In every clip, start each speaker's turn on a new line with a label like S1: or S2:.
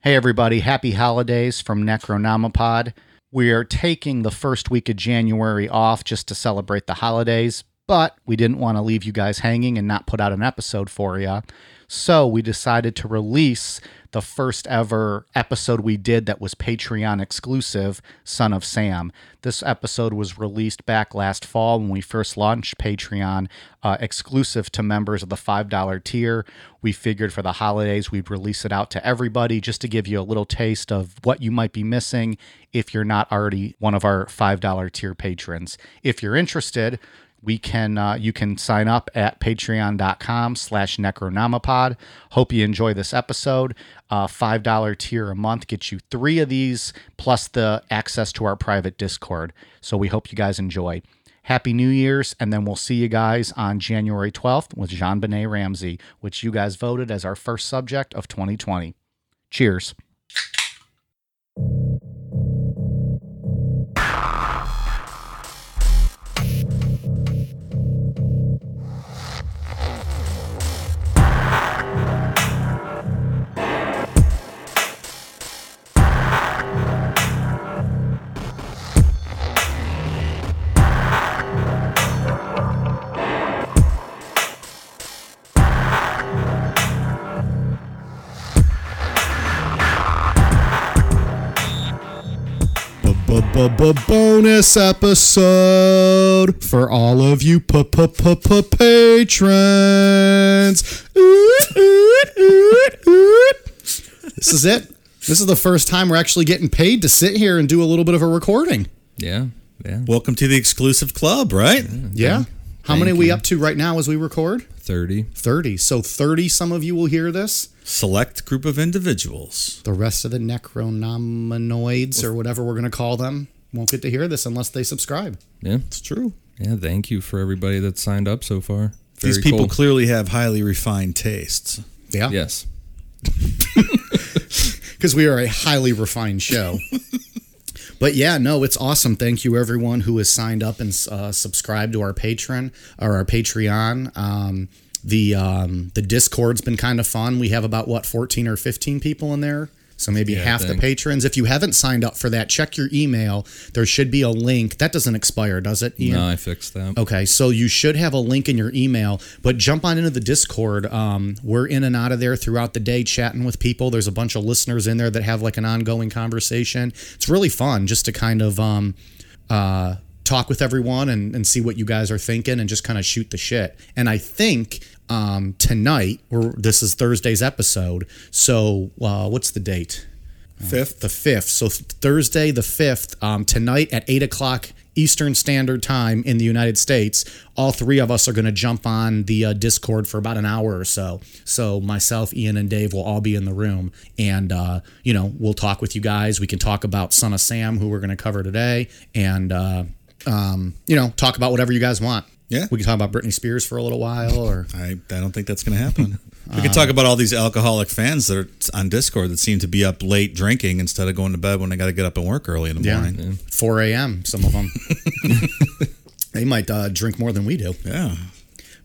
S1: Hey, everybody, happy holidays from Necronomipod. We are taking the first week of January off just to celebrate the holidays, but we didn't want to leave you guys hanging and not put out an episode for you. So we decided to release the first ever episode we did that was Patreon exclusive, Son of Sam. This episode was released back last fall when we first launched Patreon, uh, exclusive to members of the $5 tier. We figured for the holidays we'd release it out to everybody just to give you a little taste of what you might be missing if you're not already one of our $5 tier patrons. If you're interested, we can uh, you can sign up at patreon.com slash necronomipod hope you enjoy this episode uh, five dollar tier a month gets you three of these plus the access to our private discord so we hope you guys enjoy happy new year's and then we'll see you guys on january 12th with jean-benet ramsey which you guys voted as our first subject of 2020 cheers
S2: bonus episode for all of you p- p- p- p- patrons. Oot, oot, oot, oot. This is it. This is the first time we're actually getting paid to sit here and do a little bit of a recording.
S3: Yeah, yeah.
S4: Welcome to the exclusive club, right?
S2: Yeah. How many are we up to right now as we record?
S3: 30.
S2: 30. So 30 some of you will hear this.
S4: Select group of individuals.
S2: The rest of the necronominoids or whatever we're going to call them won't get to hear this unless they subscribe.
S3: Yeah.
S4: It's true.
S3: Yeah, thank you for everybody that signed up so far.
S4: These
S3: Very
S4: people
S3: cool.
S4: clearly have highly refined tastes.
S2: Yeah.
S3: Yes.
S2: because we are a highly refined show. but yeah, no, it's awesome. Thank you everyone who has signed up and uh, subscribed to our patron or our Patreon. Um, the um, the Discord's been kind of fun. We have about what fourteen or fifteen people in there. So maybe half the
S3: think.
S2: patrons. If you haven't signed up for that, check your email. There should be a link. That doesn't expire, does it? Ian?
S3: No, I fixed that.
S2: Okay, so you should have a link in your email, but jump on into the Discord. Um, we're in and out of there throughout the day chatting with people. There's a bunch of listeners in there that have like an ongoing conversation. It's really fun just to kind of um, uh, talk with everyone and, and see what you guys are thinking and just kind of shoot the shit. And I think um, tonight, or this is Thursday's episode, so uh, what's the date?
S4: Fifth.
S2: the fifth. So th- Thursday the fifth um, tonight at eight o'clock Eastern Standard Time in the United States. All three of us are going to jump on the uh, Discord for about an hour or so. So myself, Ian, and Dave will all be in the room, and uh, you know we'll talk with you guys. We can talk about Son of Sam, who we're going to cover today, and uh, um, you know talk about whatever you guys want.
S4: Yeah.
S2: we can talk about Britney Spears for a little while, or
S4: I, I don't think that's going to happen. we could talk about all these alcoholic fans that are on Discord that seem to be up late drinking instead of going to bed when they got to get up and work early in the
S2: Yeah.
S4: morning.
S2: 4 a.m. Some of them. They might uh, drink more than we do.
S4: Yeah.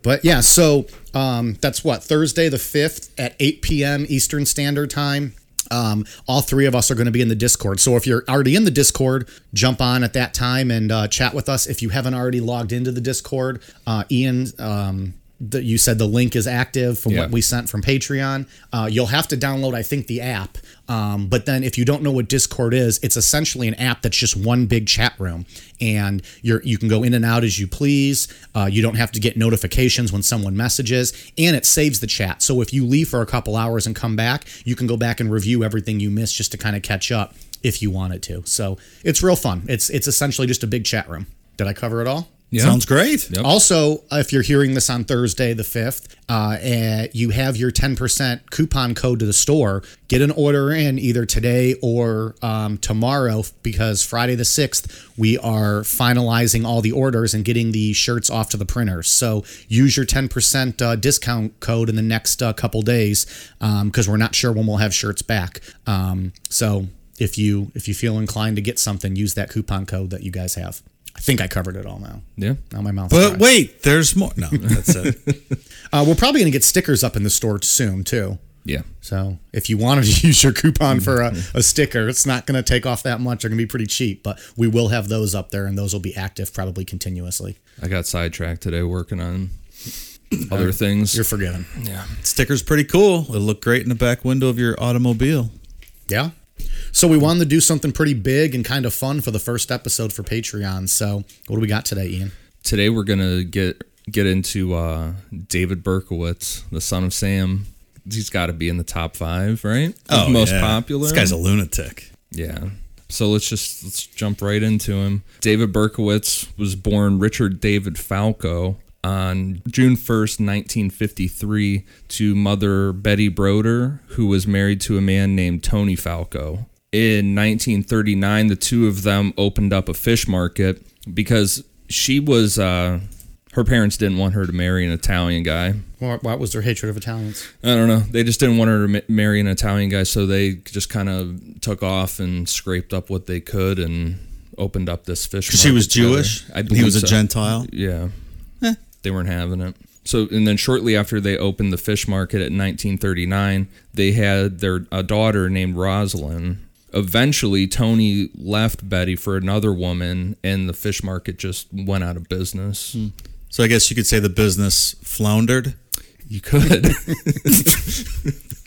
S2: But yeah, so um, that's what Thursday the fifth at eight p.m. Eastern Standard Time. Um, all three of us are going to be in the Discord. So if you're already in the Discord, jump on at that time and uh, chat with us. If you haven't already logged into the Discord, uh, Ian. Um, the, you said the link is active from
S3: Yeah.
S2: what we sent from Patreon. Uh, you'll have to download, I think, the app. Um, but then, if you don't know what Discord is, it's essentially an app that's just one big chat room, and you're you can go in and out as you please. Uh, you don't have to get notifications when someone messages, and it saves the chat. So if you leave for a couple hours and come back, you can go back and review everything you missed just to kind of catch up if you wanted to. So it's real fun. It's it's essentially just a big chat room. Did I cover it all?
S3: Yeah.
S4: Sounds great.
S3: Yep.
S2: Also, if you're hearing this on Thursday, the 5th, uh, and you have your 10% coupon code to the store. Get an order in either today or um, tomorrow because Friday the 6th, we are finalizing all the orders and getting the shirts off to the printers. So use your 10% uh, discount code in the next uh, couple days because we're not sure when we'll have shirts back. Um, so. If you if you feel inclined to get something, use that coupon code that you guys have. I think I covered it all now.
S3: Yeah.
S2: Now my mouth.
S4: But wait, there's more. No, that's it.
S2: uh, we're probably going to get stickers up in the store soon too.
S3: Yeah.
S2: So if you wanted to use your coupon for a, a sticker, it's not going to take off that much. They're going to be pretty cheap, but we will have those up there, and those will be active probably continuously.
S3: I got sidetracked today working on other things.
S2: You're forgiven.
S4: Sticker's pretty cool. It'll look great in the back window of your automobile.
S2: Yeah. So we wanted to do something pretty big and kind of fun for the first episode for Patreon. So what do we got today, Ian?
S3: today we're gonna get get into uh, David Berkowitz, the son of Sam. He's got to be in the top five, right? most
S4: Oh, yeah.
S3: popular.
S4: This guy's a lunatic.
S3: Yeah. So let's just let's jump right into him. David Berkowitz was born Richard David Falco on June 1st, 1953 to mother Betty Broder, who was married to a man named Tony Falco. In 1939, the two of them opened up a fish market because she was uh her parents didn't want her to marry an Italian guy.
S2: What, what was their hatred of Italians?
S3: I don't know. They just didn't want her to ma- marry an Italian guy, so they just kind of took off and scraped up what they could and opened up this fish.
S4: She was
S3: market together.
S4: Jewish.
S3: I
S4: and
S3: believe
S4: he was a
S3: so.
S4: Gentile. Eh.
S3: Yeah, they weren't having it. So, and then shortly after they opened the fish market in 1939, they had their a daughter named Rosalind. Eventually, Tony left Betty for another woman, and the fish market just went out of business.
S4: Hmm. So I guess you could say the business floundered.
S3: You could.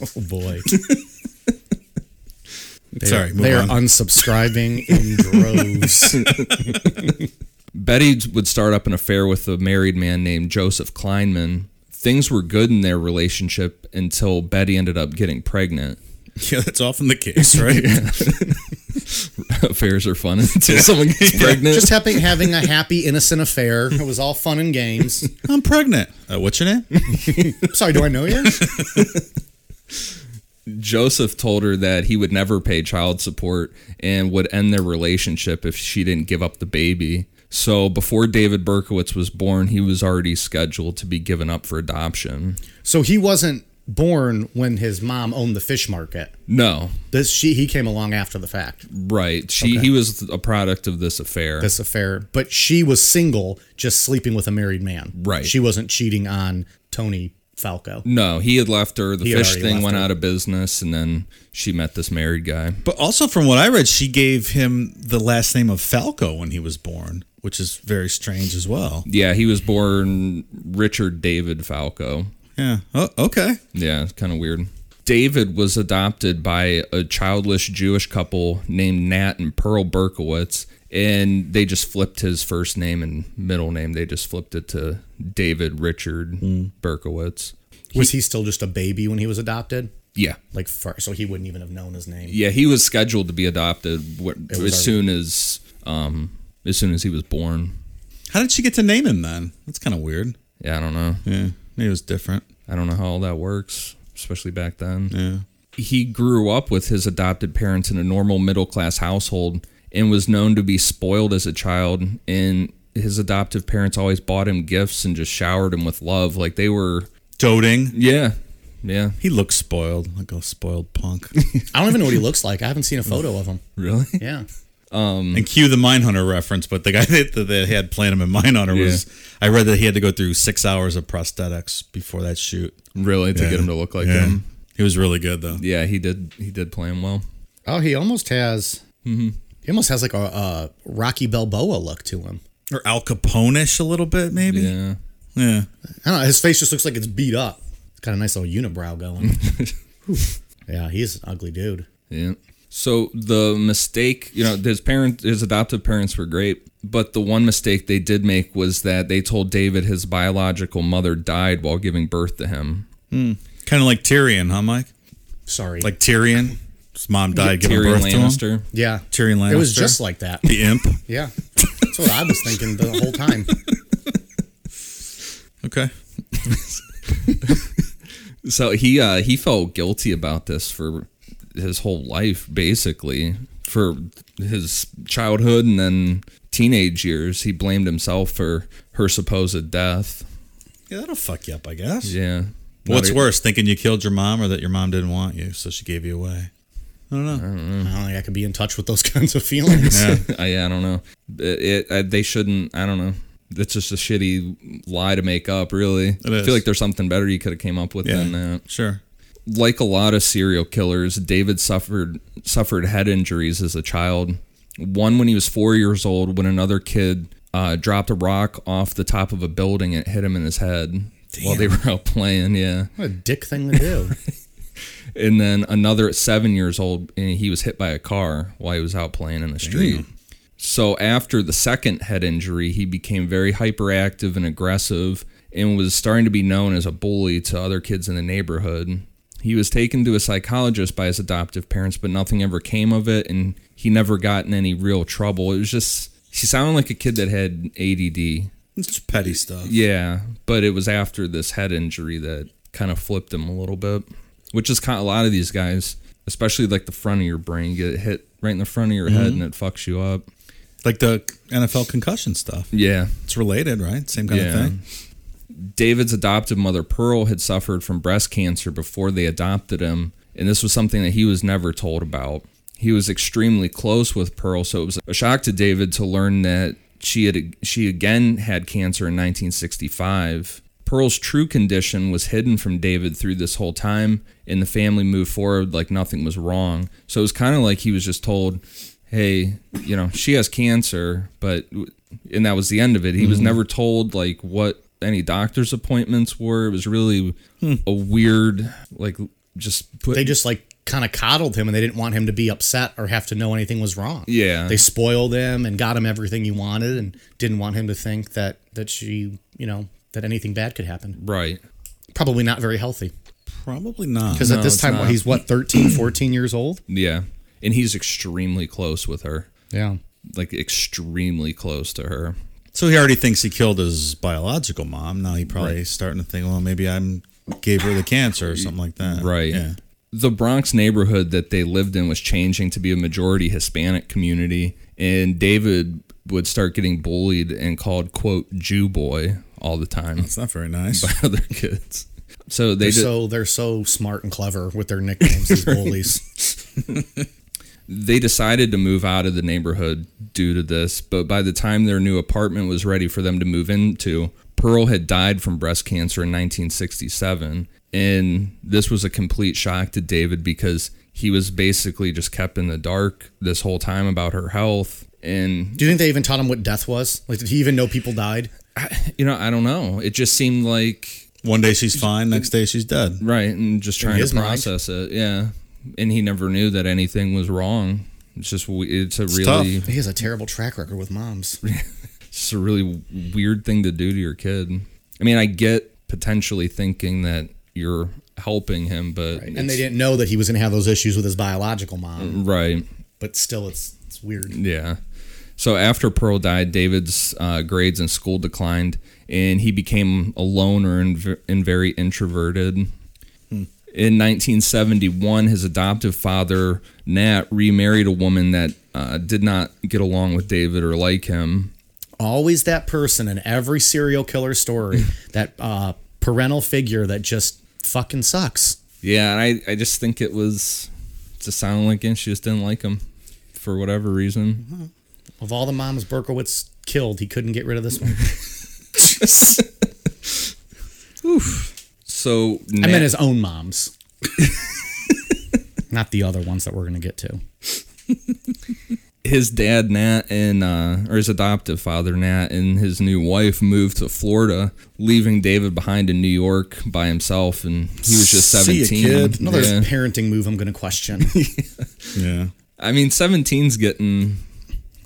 S2: Oh boy,
S4: Sorry, move
S2: they are
S4: on.
S2: unsubscribing in droves.
S3: Betty would start up an affair with a married man named Joseph Kleinman. Things were good in their relationship until Betty ended up getting pregnant.
S4: yeah, that's often the case, right?
S3: Affairs are fun until someone gets pregnant.
S2: Just having having a happy, innocent affair. It was all fun and games.
S4: I'm pregnant. Uh, what's your name?
S2: Sorry, do I know you?
S3: Joseph told her that he would never pay child support and would end their relationship if she didn't give up the baby. So before David Berkowitz was born, he was already scheduled to be given up for adoption.
S2: So he wasn't born when his mom owned the fish market.
S3: No,
S2: This she he came along after the fact.
S3: right. She he was a product of this affair.
S2: This affair, but she was single, just sleeping with a married man.
S3: Right.
S2: She wasn't cheating on Tony Falco.
S3: No, he had left her. The
S2: He had
S3: fish
S2: already
S3: thing
S2: left
S3: went
S2: her.
S3: out of business, and then she met this married guy.
S4: But also, from what I read, she gave him the last name of Falco when he was born, which is very strange as well.
S3: Yeah, he was born Richard David Falco.
S4: Yeah. Oh, okay.
S3: Yeah, it's kind of weird. David was adopted by a childless Jewish couple named Nat and Pearl Berkowitz, and they just flipped his first name and middle name. They just flipped it to David Richard
S2: Hmm.
S3: Berkowitz.
S2: Was he still just a baby when he was adopted?
S3: Yeah.
S2: Like, fir- so he wouldn't even have known his name.
S3: Yeah, he was scheduled to be adopted wh- as
S2: already-
S3: soon as um as soon as he was born.
S4: How did she get to name him then? That's kind of weird.
S3: Yeah, I don't know.
S4: Yeah. Maybe it was different.
S3: I don't know how all that works, especially back then.
S4: Yeah.
S3: He grew up with his adopted parents in a normal middle class household and was known to be spoiled as a child. And his adoptive parents always bought him gifts and just showered him with love. Like they were,
S4: Doting.
S3: yeah, yeah.
S4: He looks spoiled, like a spoiled punk.
S2: I don't even know what he looks like. I haven't seen a photo of him.
S3: Really?
S2: Yeah.
S4: and cue the Mindhunter reference, but the guy that, that they had playing him in Mindhunter was, I read that he had to go through six hours of prosthetics before that shoot.
S3: Really? To get him to look like him?
S4: He was really good, though.
S3: Yeah, he did. He did play him well.
S2: Oh, he almost has. He almost has like a, a Rocky Balboa look to him.
S4: Or Al Capone-ish a little bit, maybe?
S3: Yeah.
S4: Yeah.
S2: I don't know. His face just looks like it's beat up. It's got a nice little unibrow going. Whew. yeah, he's an ugly dude.
S3: Yeah. So the mistake, you know, his parent, his adoptive parents were great, but the one mistake they did make was that they told David his biological mother died while giving birth to him.
S4: Kind of like Tyrion, huh, Mike?
S2: Sorry.
S4: Like Tyrion. His mom died giving
S3: Tyrion
S4: birth to him.
S3: Lannister.
S2: yeah,
S4: Tyrion
S2: It was
S4: Lannister.
S2: just like that.
S4: The imp.
S2: Yeah, that's That's what I was thinking the whole time.
S4: Okay.
S3: So he uh, he felt guilty about this for his whole life, basically for his childhood and then teenage years. He blamed himself for her supposed death.
S4: Yeah, that'll fuck you up, I guess.
S3: Yeah.
S4: What's
S3: Not- e-
S4: worse, thinking you killed your mom or that your mom didn't want you, so she gave you away? I don't know.
S2: I don't think I could be in touch with those kinds of feelings.
S4: Yeah.
S3: I, I don't know. It, it I, they shouldn't. I don't know. It's just a shitty lie to make up. Really, I
S4: is.
S3: feel like there's something better you could have came up with than that.
S4: Sure.
S3: Like a lot of serial killers, David suffered suffered head injuries as a child. One when he was four years old, when another kid uh, dropped a rock off the top of a building and it hit him in his head while they were out playing. Yeah,
S2: What a dick thing to do.
S3: and then another at seven years old, and he was hit by a car while he was out playing in the street. So after the second head injury, he became very hyperactive and aggressive and was starting to be known as a bully to other kids in the neighborhood. He was taken to a psychologist by his adoptive parents, but nothing ever came of it and he never got in any real trouble. It was just he sounded like a kid that had ADD.
S4: It's just petty stuff.
S3: Yeah, but it was after this head injury that kind of flipped him a little bit, which is kind of a lot of these guys, especially like the front of your brain, get hit right in the front of your head and it fucks you up.
S4: Like the NFL concussion stuff.
S3: Yeah.
S4: It's related, right? Same kind of
S3: Yeah.
S4: thing.
S3: David's adoptive mother, Pearl, had suffered from breast cancer before they adopted him, and this was something that he was never told about. He was extremely close with Pearl, so it was a shock to David to learn that she had she again had cancer in 1965. Pearl's true condition was hidden from David through this whole time, and the family moved forward like nothing was wrong. So it was kind of like he was just told, "Hey, you know, she has cancer," but and that was the end of it. He was never told like what any doctor's appointments were. It was really a weird, like, just put.
S2: they just like kind of coddled him and they didn't want him to be upset or have to know anything was wrong.
S3: Yeah.
S2: They spoiled him and got him everything he wanted and didn't want him to think that that she, you know, that anything bad could happen.
S3: right.
S2: Probably not very healthy.
S4: Probably not.
S2: Because at this
S3: it's
S2: time,
S3: not.
S2: he's what, 13, 14 years old?
S3: Yeah. And he's extremely close with her,
S2: Yeah.
S3: like, extremely close to her.
S4: So he already thinks he killed his biological mom. Now he probably starting to think, well, maybe I'm gave her the cancer or something like that.
S3: Right.
S4: Yeah.
S3: The Bronx neighborhood that they lived in was changing to be a majority Hispanic community, and David would start getting bullied and called, quote, Jew boy all the time
S4: It's not very nice.
S3: by other kids. So they
S2: They're
S3: did,
S2: so they're so smart and clever with their nicknames, these bullies.
S3: they decided to move out of the neighborhood due to this, but by the time their new apartment was ready for them to move into, Pearl had died from breast cancer in 1967. And this was a complete shock to David because he was basically just kept in the dark this whole time about her health. And,
S2: Do you think they even taught him what death was? Like, did he even know people died?
S3: you know, I don't know. It just seemed like
S4: One day she's fine, next day she's dead.
S3: Right, and just trying
S2: his
S3: to
S2: mind.
S3: process it. Yeah, and he never knew that anything was wrong. It's just we- it's a
S4: tough.
S3: really
S2: He has a terrible track record with moms.
S3: it's a really weird thing to do to your kid. I mean, I get potentially thinking that you're helping him, but
S2: And they
S3: it's-
S2: didn't know that he was going to have those issues with his biological mom.
S3: Right.
S2: But still, it's, it's weird.
S3: Yeah. So after Pearl died, David's uh, grades in school declined, and he became a loner and, ver- and very introverted.
S2: Hmm.
S3: In 1971, his adoptive father, Nat, remarried a woman that uh, did not get along with David or like him.
S2: always that person in every serial killer story that uh, parental figure that just fucking sucks
S3: Yeah, and I, I just think it was to sound like and she just didn't like him for whatever reason.
S2: of all the moms berkowitz killed he couldn't get rid of this one
S3: So
S2: i
S3: Nat,
S2: meant his own moms not the other ones that we're gonna get to
S3: his dad Nat and uh, or his adoptive father Nat and his new wife moved to Florida, leaving David behind in New York by himself, and he was just
S4: See ya,
S3: seventeen.
S4: kid.
S2: another
S3: Yeah.
S2: parenting move i'm gonna question
S4: Yeah.
S3: I mean, 17's getting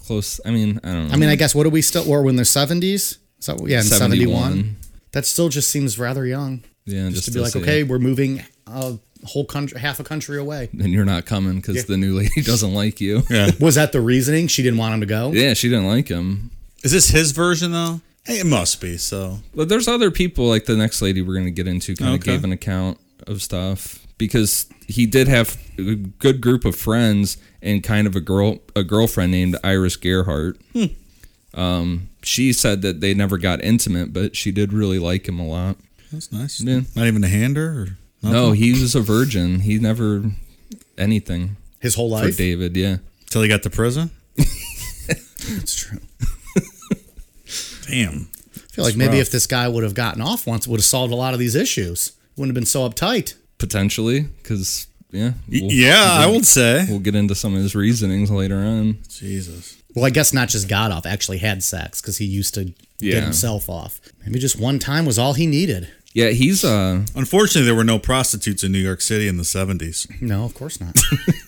S3: close. I mean, I don't know.
S2: i mean i guess what do we still or in the 70s is that, yeah in 71.
S3: 71.
S2: that still just seems rather young
S3: yeah,
S2: just, to be like
S3: say,
S2: okay we're moving a whole country half a country away
S3: and you're not coming because the new lady doesn't like you.
S4: Yeah.
S2: was that the reasoning she didn't want him to go
S3: yeah, she didn't like him.
S4: Is this his version though? Hey, It must be. So
S3: But there's other people like the next lady we're going to get into kind of
S4: Okay.
S3: gave an account of stuff because he did have a good group of friends and kind of a girl a girlfriend named Iris Gerhart.
S4: Hmm.
S3: Um, she said that they never got intimate, but she did really like him a lot.
S4: that's nice.
S3: Yeah.
S4: Not even a hander. Or nothing?
S3: No, he was a virgin. He never anything
S2: His whole
S3: for
S2: life.
S3: David. Yeah,
S4: Till he got to prison.
S2: It's true.
S4: Damn.
S2: I feel like maybe if this guy would have gotten off once, it would have solved a lot of these issues. Wouldn't have been so uptight.
S3: potentially because yeah,
S4: Y- yeah, I would say.
S3: We'll get into some of his reasonings later on.
S4: Jesus.
S2: Well, I guess not just got off, actually had sex because he used to
S3: Yeah.
S2: get himself off. Maybe just one time was all he needed.
S3: Yeah, he's uh
S4: Unfortunately, there were no prostitutes in New York City in the seventies.
S2: No, of course not.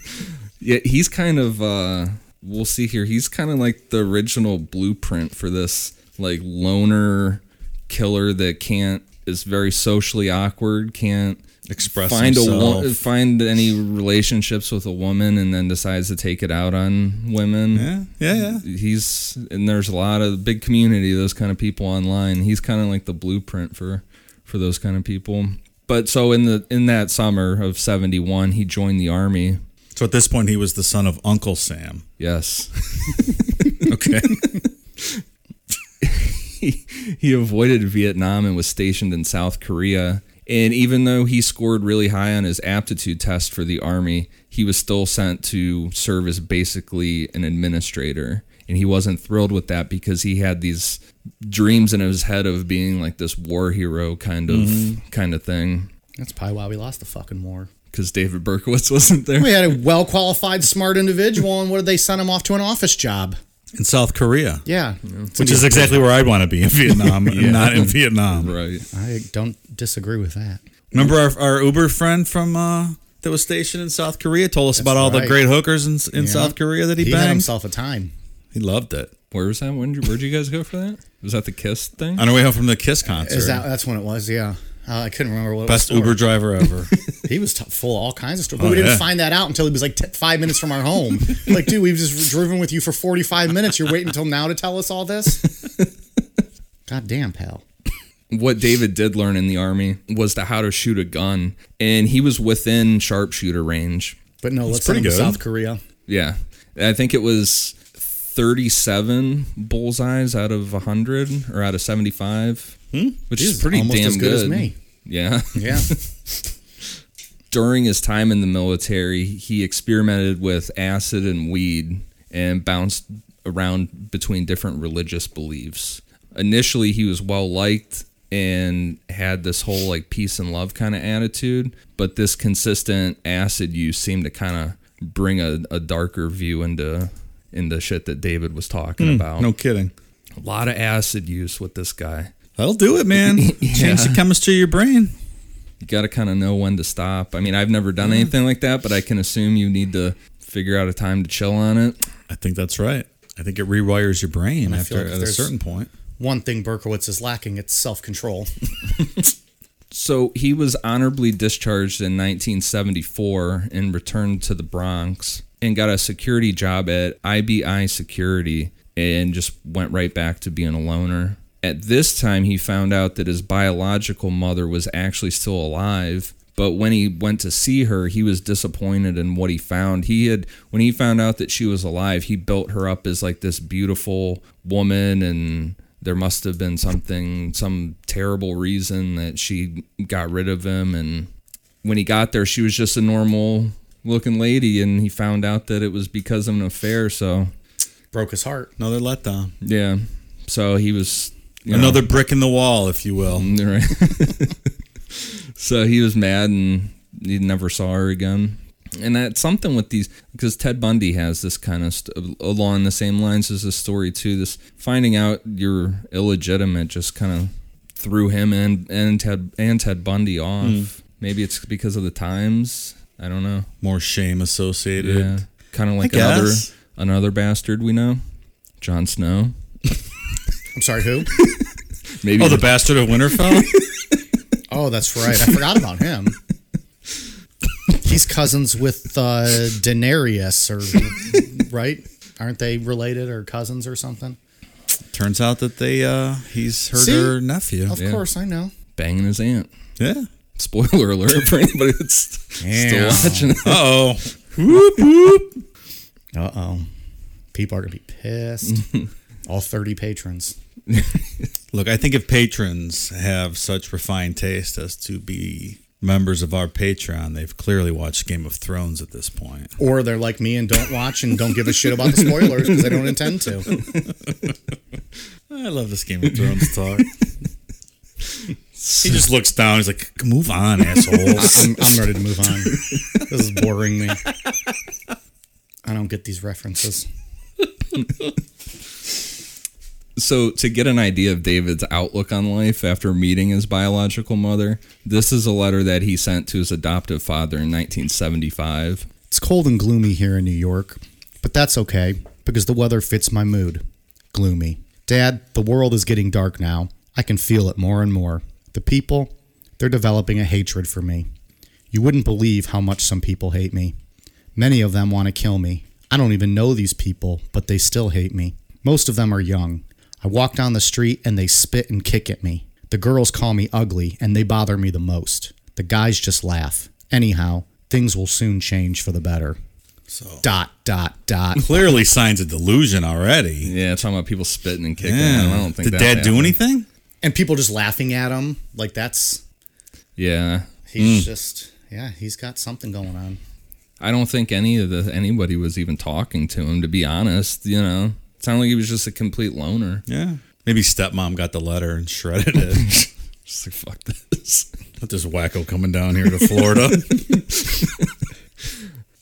S3: Yeah, he's kind of uh we'll see here. He's kind of like the original blueprint for this like loner killer that can't is very socially awkward, can't
S4: Express
S3: find a
S4: himself.
S3: wo- find any relationships with a woman and then decides to take it out on women.
S4: Yeah, yeah, yeah.
S3: He's and there's a lot of big community of those kind of people online. He's kind of like the blueprint for for those kind of people. But so in the in that summer of 71, he joined the army.
S4: So at this point, he was the son of Uncle Sam.
S3: Yes.
S4: Okay.
S3: he, he avoided Vietnam and was stationed in South Korea. And even though he scored really high on his aptitude test for the army, he was still sent to serve as basically an administrator. And he wasn't thrilled with that because he had these dreams in his head of being like this war hero kind of kind of thing.
S2: That's probably why we lost the fucking war.
S3: Because David Berkowitz wasn't there.
S2: We had a well qualified, smart individual, and what did they send him off to an office job?
S4: in South Korea,
S2: Yeah.
S4: which is exactly where I'd want to be in Vietnam, not in Vietnam.
S3: Right.
S2: I don't disagree with that.
S4: Remember our, our Uber friend from uh, that was stationed in South Korea told us about all the
S2: right.
S4: great hookers in, in
S2: Yeah.
S4: South Korea that he,
S2: He had
S4: banged.
S2: himself a time.
S4: He loved it.
S3: Where was that? When did you, where'd you guys go for that? Was that the Kiss thing?
S4: On our way home from the Kiss concert,
S2: Is that that's when it was? Yeah, uh, I couldn't remember what. it
S4: best
S2: was for.
S4: Uber driver ever.
S2: He was t- full of all kinds of stuff, but
S4: Oh,
S2: we didn't
S4: yeah.
S2: find that out until he was like t- five minutes from our home. like, dude, we've just driven with you for forty five minutes. You're waiting until now to tell us all this. God damn, pal.
S3: what David did learn in the army was the how to shoot a gun, and he was within sharpshooter range.
S2: But no, let's send
S4: pretty
S2: him to
S4: good.
S2: South Korea.
S3: Yeah, I think it was 37 bullseyes out of 100 or out of 75, which is
S2: Jeez,
S3: pretty
S2: Hmm? almost
S3: damn
S2: as good as me.
S3: Yeah.
S2: Yeah,
S3: During his time in the military, he experimented with acid and weed and bounced around between different religious beliefs. Initially, he was well liked and had this whole like peace and love kind of attitude, but this consistent acid use seemed to kind of bring a, a darker view into into shit that David was talking about.
S4: no kidding.
S3: A lot of acid use with this guy.
S4: That'll do it, man. Change the chemistry of your brain.
S3: you got to kind of know when to stop. I mean, I've never done anything like that, but I can assume you need to figure out a time to chill on it.
S4: I think that's right. I think it rewires your brain
S2: I feel
S4: after
S2: like
S4: at a
S2: there's-
S4: certain point.
S2: one thing Berkowitz is lacking: it's self control.
S3: So he was honorably discharged in 1974 and returned to the Bronx and got a security job at IBI Security and just went right back to being a loner. At this time, he found out that his biological mother was actually still alive. But when he went to see her, he was disappointed in what he found. He had, when he found out that she was alive, he built her up as like this beautiful woman and there must have been something, some terrible reason that she got rid of him. And when he got there, she was just a normal looking lady, and he found out that it was because of an affair. So,
S2: Broke his heart.
S4: Another letdown.
S3: yeah. So he was you know,
S4: Another brick in the wall, if you will.
S3: Right. so he was mad and he never saw her again. And that's something with these because Ted Bundy has this kind of st- along the same lines as this story too. This finding out you're illegitimate just kind of threw him and and Ted and Ted Bundy
S4: Hmm.
S3: off. Maybe it's because of the times. I don't know.
S4: More shame associated.
S3: Yeah, kind of like
S4: guess.
S3: another another bastard we know, Jon Snow.
S2: I'm sorry, who?
S3: Maybe
S4: Oh, the bastard of Winterfell.
S2: Oh, that's right. I forgot about him. He's cousins with uh, Daenerys, or right? Aren't they related or cousins or something?
S4: Turns out that they uh he's her,
S2: See?
S4: her nephew.
S2: Of course, I know.
S3: banging his aunt.
S4: Yeah.
S3: Spoiler alert for anybody that's still watching. it.
S4: Oh,
S2: Uh oh. People are going to be pissed. All 30 patrons.
S4: look, I think if patrons have such refined taste as to be members of our Patreon, they've clearly watched Game of Thrones at this point.
S2: Or they're like me and don't watch and don't give a shit about the spoilers because they don't intend to.
S4: I love this Game of Thrones talk. he just looks down. He's like, "Move on, assholes."
S2: I'm, I'm ready to move on. This is boring me. I don't get these references.
S3: So, to get an idea of David's outlook on life after meeting his biological mother, this is a letter that he sent to his adoptive father in 1975.
S2: It's cold and gloomy here in New York, but that's okay because the weather fits my mood. Gloomy. Dad, the world is getting dark now. I can feel it more and more. The people, they're developing a hatred for me. You wouldn't believe how much some people hate me. Many of them want to kill me. I don't even know these people, but they still hate me. Most of them are young. I walk down the street and they spit and kick at me. The girls call me ugly and they bother me the most. The guys just laugh. Anyhow, things will soon change for the better.
S4: So-
S2: dot dot dot.
S4: Clearly, signs of delusion already.
S3: Yeah, talking about people spitting and kicking.
S4: Yeah.
S3: him. I don't think
S4: Did
S3: that
S4: Dad do
S3: happened.
S4: anything?
S2: and people just laughing at him. Like that's
S3: Yeah,
S2: he's just yeah, he's got something going on.
S3: I don't think any of the anybody was even talking to him. To be honest, you know, it sounded like he was just a complete loner.
S4: Yeah. Maybe stepmom got the letter and shredded it.
S3: Just like fuck this.
S4: With this wacko coming down here to Florida.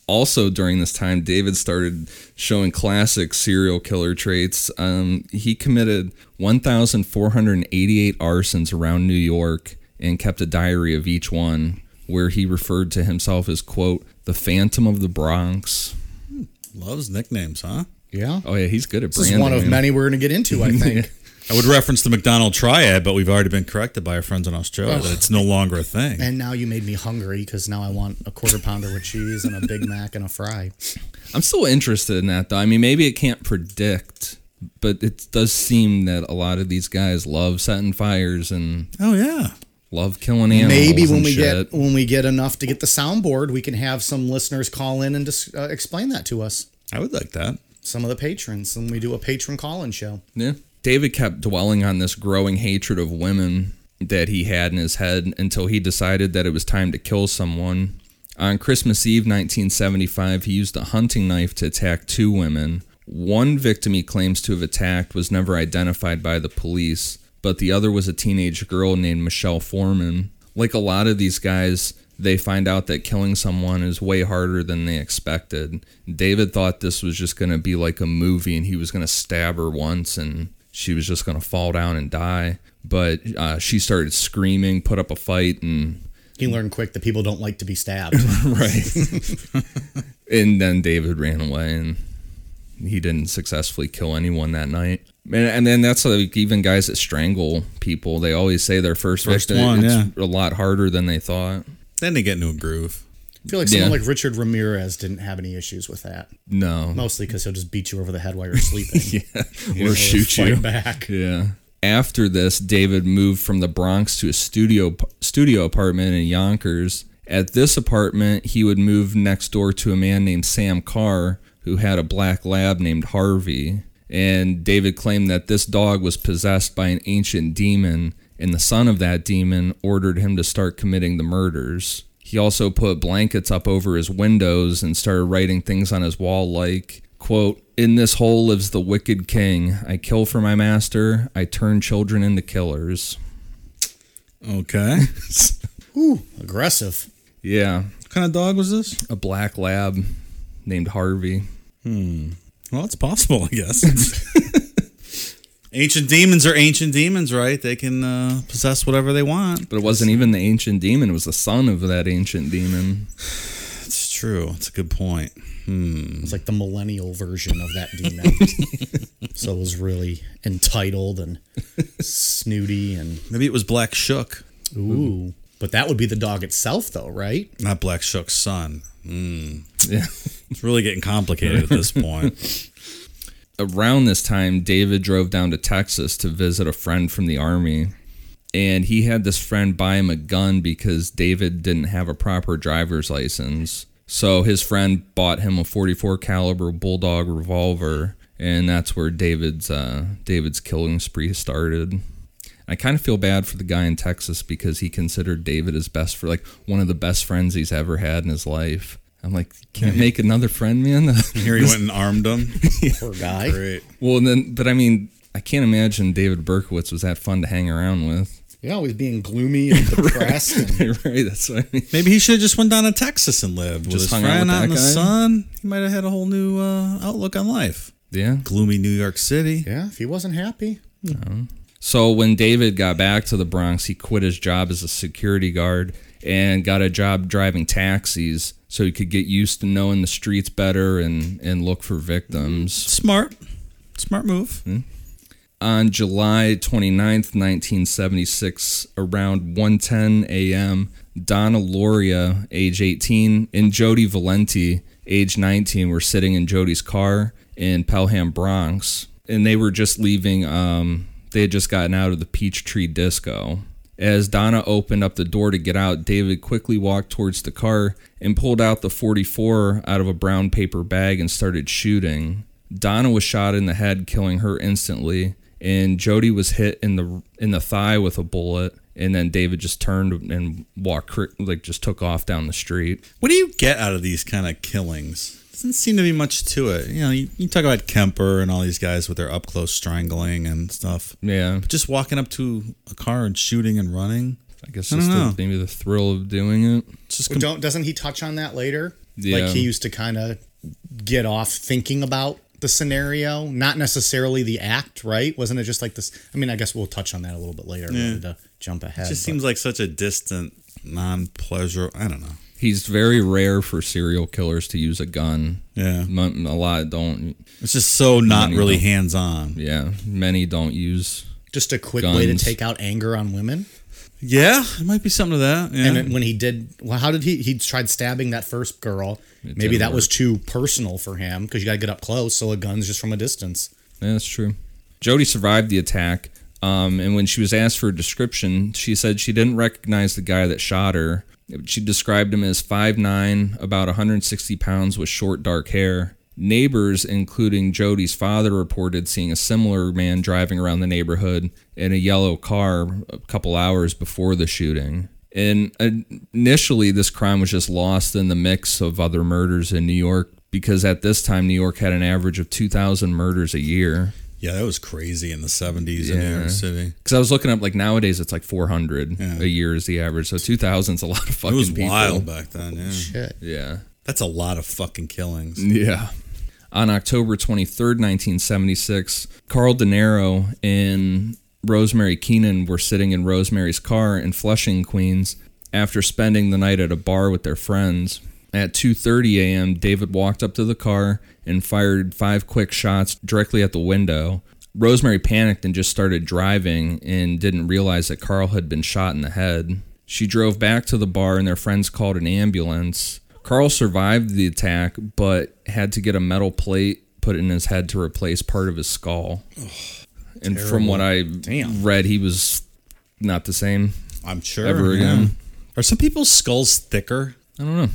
S3: also during this time david started showing classic serial killer traits um, he committed 1488 arsons around new york and kept a diary of each one where he referred to himself as quote the phantom of the bronx
S4: Loves nicknames, huh?
S2: Yeah,
S3: oh yeah he's good at
S2: this
S3: branding
S2: is one of
S3: man.
S2: many we're going to get into. I think.
S4: I would reference the McDonald triad, but we've already been corrected by our friends in Australia that it's no longer a thing.
S2: And now you made me hungry because now I want a quarter pounder with cheese and a Big Mac and a fry.
S3: i'm still interested in that though i mean maybe it can't predict but it does seem that a lot of these guys love setting fires and
S4: oh, yeah.
S3: love killing animals
S2: Maybe when
S3: and
S2: we
S3: shit.
S2: get when we get enough to get the soundboard, we can have some listeners call in and just uh, explain that to us.
S4: I would like that.
S2: Some of the patrons, and we do a patron call-in show.
S3: Yeah. David kept dwelling on this growing hatred of women that he had in his head until he decided that it was time to kill someone. On Christmas Eve 1975, he used a hunting knife to attack two women. One victim he claims to have attacked was never identified by the police, but the other was a teenage girl named Michelle Foreman. Like a lot of these guys, they find out that killing someone is way harder than they expected. David thought this was just going to be like a movie and he was going to stab her once and she was just going to fall down and die. But uh, she started screaming, put up a fight, and
S2: He learned quick that people don't like to be stabbed.
S3: right. and then David ran away and he didn't successfully kill anyone that night. And, and then that's like even guys that strangle people, they always say their first,
S4: First
S3: victim
S4: one,
S3: it's a lot harder than they thought.
S4: Then they get into a groove.
S2: I feel like someone
S3: Yeah.
S2: like Richard Ramirez didn't have any issues with that,
S3: No.
S2: mostly because he'll just beat you over the head while you're sleeping.
S3: or shoot
S2: fight
S3: you.
S2: back.
S3: Yeah. After this, David moved from the Bronx to a studio studio apartment in Yonkers. At this apartment, he would move next door to a man named Sam Carr, who had a black lab named Harvey. And David claimed that this dog was possessed by an ancient demon, and the son of that demon ordered him to start committing the murders. He also put blankets up over his windows and started writing things on his wall like, quote, In this hole lives the wicked king. I kill for my master. I turn children into killers.
S4: Okay.
S2: Ooh, aggressive.
S3: Yeah.
S4: what kind of dog was this?
S3: A black lab named Harvey.
S4: Well, it's possible, I guess. ancient demons are ancient demons, right? They can uh, possess whatever they want.
S3: But it wasn't even the ancient demon, it was the son of that ancient demon.
S4: That's true. That's a good point.
S2: It's like the millennial version of that demon. so it was really entitled and snooty and
S4: Maybe it was Black Shook,
S2: ooh. But that would be the dog itself, though, right?
S4: not Black Shook's son. Hmm.
S3: Yeah.
S4: It's really getting complicated at this point.
S3: around this time, David drove down to Texas to visit a friend from the army. And he had this friend buy him a gun because David didn't have a proper driver's license. So his friend bought him a 44 caliber bulldog revolver, and that's where David's uh, David's killing spree started. I kind of feel bad for the guy in Texas because he considered David his best for like one of the best friends he's ever had in his life. I'm like, can't make another friend, man.
S4: Here he went and armed him.
S2: Poor guy.
S4: Great.
S3: Well, and then, but I mean, I can't imagine David Berkowitz was that fun to hang around with.
S2: Yeah, always being gloomy and depressed. and-
S3: right? That's what I mean.
S4: Maybe he should have just went down to Texas and lived
S3: Just
S4: with his
S3: hung out with
S4: friend out,
S3: that
S4: in the
S3: guy?
S4: sun. He might have had a whole new uh, outlook on life.
S3: Yeah.
S4: Gloomy New York City.
S2: yeah, if he wasn't happy.
S3: So when David got back to the Bronx, he quit his job as a security guard and got a job driving taxis so he could get used to knowing the streets better and, and look for victims.
S4: Smart, smart move.
S3: Hmm. on July 29th, 1976, around 1:10 a.m., Donna Loria, age 18, and Jody Valenti, age 19, were sitting in Jody's car in Pelham, Bronx, and they were just leaving um they had just gotten out of the Peachtree Disco. As Donna opened up the door to get out, David quickly walked towards the car and pulled out the 44 out of a brown paper bag and started shooting. Donna was shot in the head, killing her instantly, and Jody was hit in the in the thigh with a bullet. And then David just turned and walked, cr- like just took off down the street.
S4: What do you get out of these kind of killings? Doesn't seem to be much to it. You know, you, you talk about Kemper and all these guys with their up close strangling and stuff.
S3: Yeah,
S4: But just walking up to a car and shooting and running.
S3: I guess
S4: I
S3: just
S4: don't
S3: the,
S4: know.
S3: maybe the thrill of doing it.
S4: It's just
S2: Well, don't doesn't he touch on that later?
S3: Yeah.
S2: Like he used to kind of get off thinking about the scenario, not necessarily the act, right? Wasn't it just like this? I mean, I guess we'll touch on that a little bit later. I wanted to jump ahead.
S4: It just
S2: but-
S4: seems like such a distant, non pleasure. I don't know.
S3: He's very rare for serial killers to use a gun.
S4: Yeah.
S3: Mon- a lot don't.
S4: It's just so not really hands on.
S3: Yeah, many don't use.
S2: just a quick way to
S3: guns.
S2: take out anger on women.
S4: Yeah, it might be something to that. Yeah.
S2: And then when he did, well, how did he? He tried stabbing that first girl. Maybe
S3: didn't
S2: that was too personal for him because you got to get up close. So a gun's just from a distance.
S3: Yeah, that's true. Jody survived the attack, um, and when she was asked for a description, she said she didn't recognize the guy that shot her. She described him as 5'9, about 160 pounds, with short dark hair. Neighbors, including Jody's father, reported seeing a similar man driving around the neighborhood in a yellow car a couple hours before the shooting. And uh, initially, this crime was just lost in the mix of other murders in New York because at this time, New York had an average of 2,000 murders a year.
S4: yeah, that was crazy in the 70s in New York City.
S3: Because I was looking up, like nowadays, it's like 400 a year is the average. So 2,000 is a lot of
S4: It
S3: fucking
S4: was
S3: people.
S4: wild back then. Yeah.
S3: Yeah.
S4: That's a lot of fucking killings.
S3: Yeah. On October 23rd, 1976, Carl De Niro and Rosemary Keenan were sitting in Rosemary's car in Flushing, Queens, after spending the night at a bar with their friends. At 2:30 a.m., David walked up to the car and fired five quick shots directly at the window. Rosemary panicked and just started driving and didn't realize that Carl had been shot in the head. She drove back to the bar and their friends called an ambulance. Carl survived the attack but had to get a metal plate put in his head to replace part of his skull. and from what I read, he was not the same.
S4: I'm sure.
S3: Ever
S4: yeah.
S3: again.
S4: Are some people's skulls thicker?
S3: I don't know.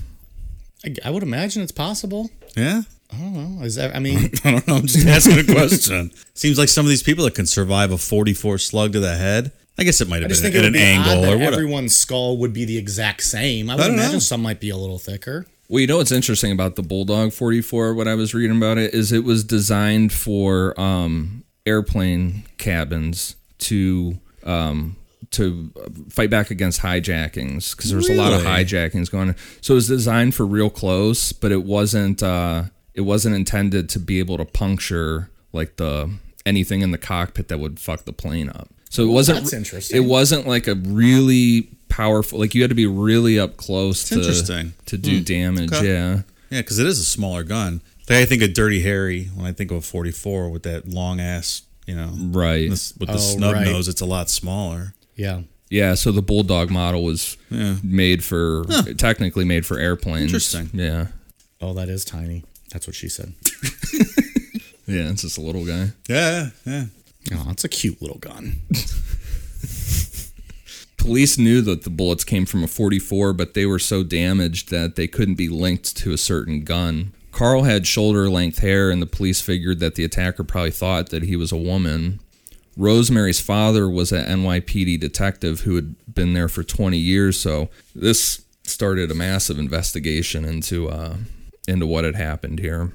S2: I, I would imagine it's possible.
S4: Yeah.
S2: Well, is that, I mean,
S4: I don't know. I'm just asking a question. Seems like some of these people that can survive a 44 slug to the head. I guess it might
S2: I
S4: have
S2: just
S4: been
S2: think
S4: at
S2: it would
S4: an
S2: be
S4: angle
S2: odd
S4: or
S2: that
S4: whatever.
S2: everyone's skull would be the exact same. I would
S4: don't
S2: imagine
S4: know.
S2: some might be a little thicker.
S3: Well, you know what's interesting about the Bulldog 44, what I was reading about it, is it was designed for um, airplane cabins to um, to fight back against hijackings because there was a lot of
S4: Really?
S3: hijackings going on. So it was designed for real close, but it wasn't uh, it wasn't intended to be able to puncture like the anything in the cockpit that would fuck the plane up. So it wasn't
S2: that's interesting.
S3: It wasn't like a really powerful like you had to be really up close to
S4: interesting. Hmm.
S3: to do damage.
S4: Okay.
S3: Yeah.
S4: Yeah, because it is a smaller gun. Like I think of Dirty Harry when I think of a 44 with that long ass, you know,
S3: Right.
S4: this- with the
S2: Oh,
S4: snub
S2: right.
S4: nose. It's a lot smaller.
S2: Yeah.
S3: Yeah. So the bulldog model was made for technically made for airplanes.
S4: Interesting.
S3: Yeah.
S2: Oh, that is tiny. That's what she said.
S3: Yeah, it's just a little guy.
S4: Yeah, yeah.
S2: Oh, that's a cute little gun.
S3: Police knew that the bullets came from a 44, but they were so damaged that they couldn't be linked to a certain gun. Carl had shoulder length hair, and the police figured that the attacker probably thought that he was a woman. Rosemary's father was a NYPD detective who had been there for 20 years, so this started a massive investigation into uh, into what had happened here.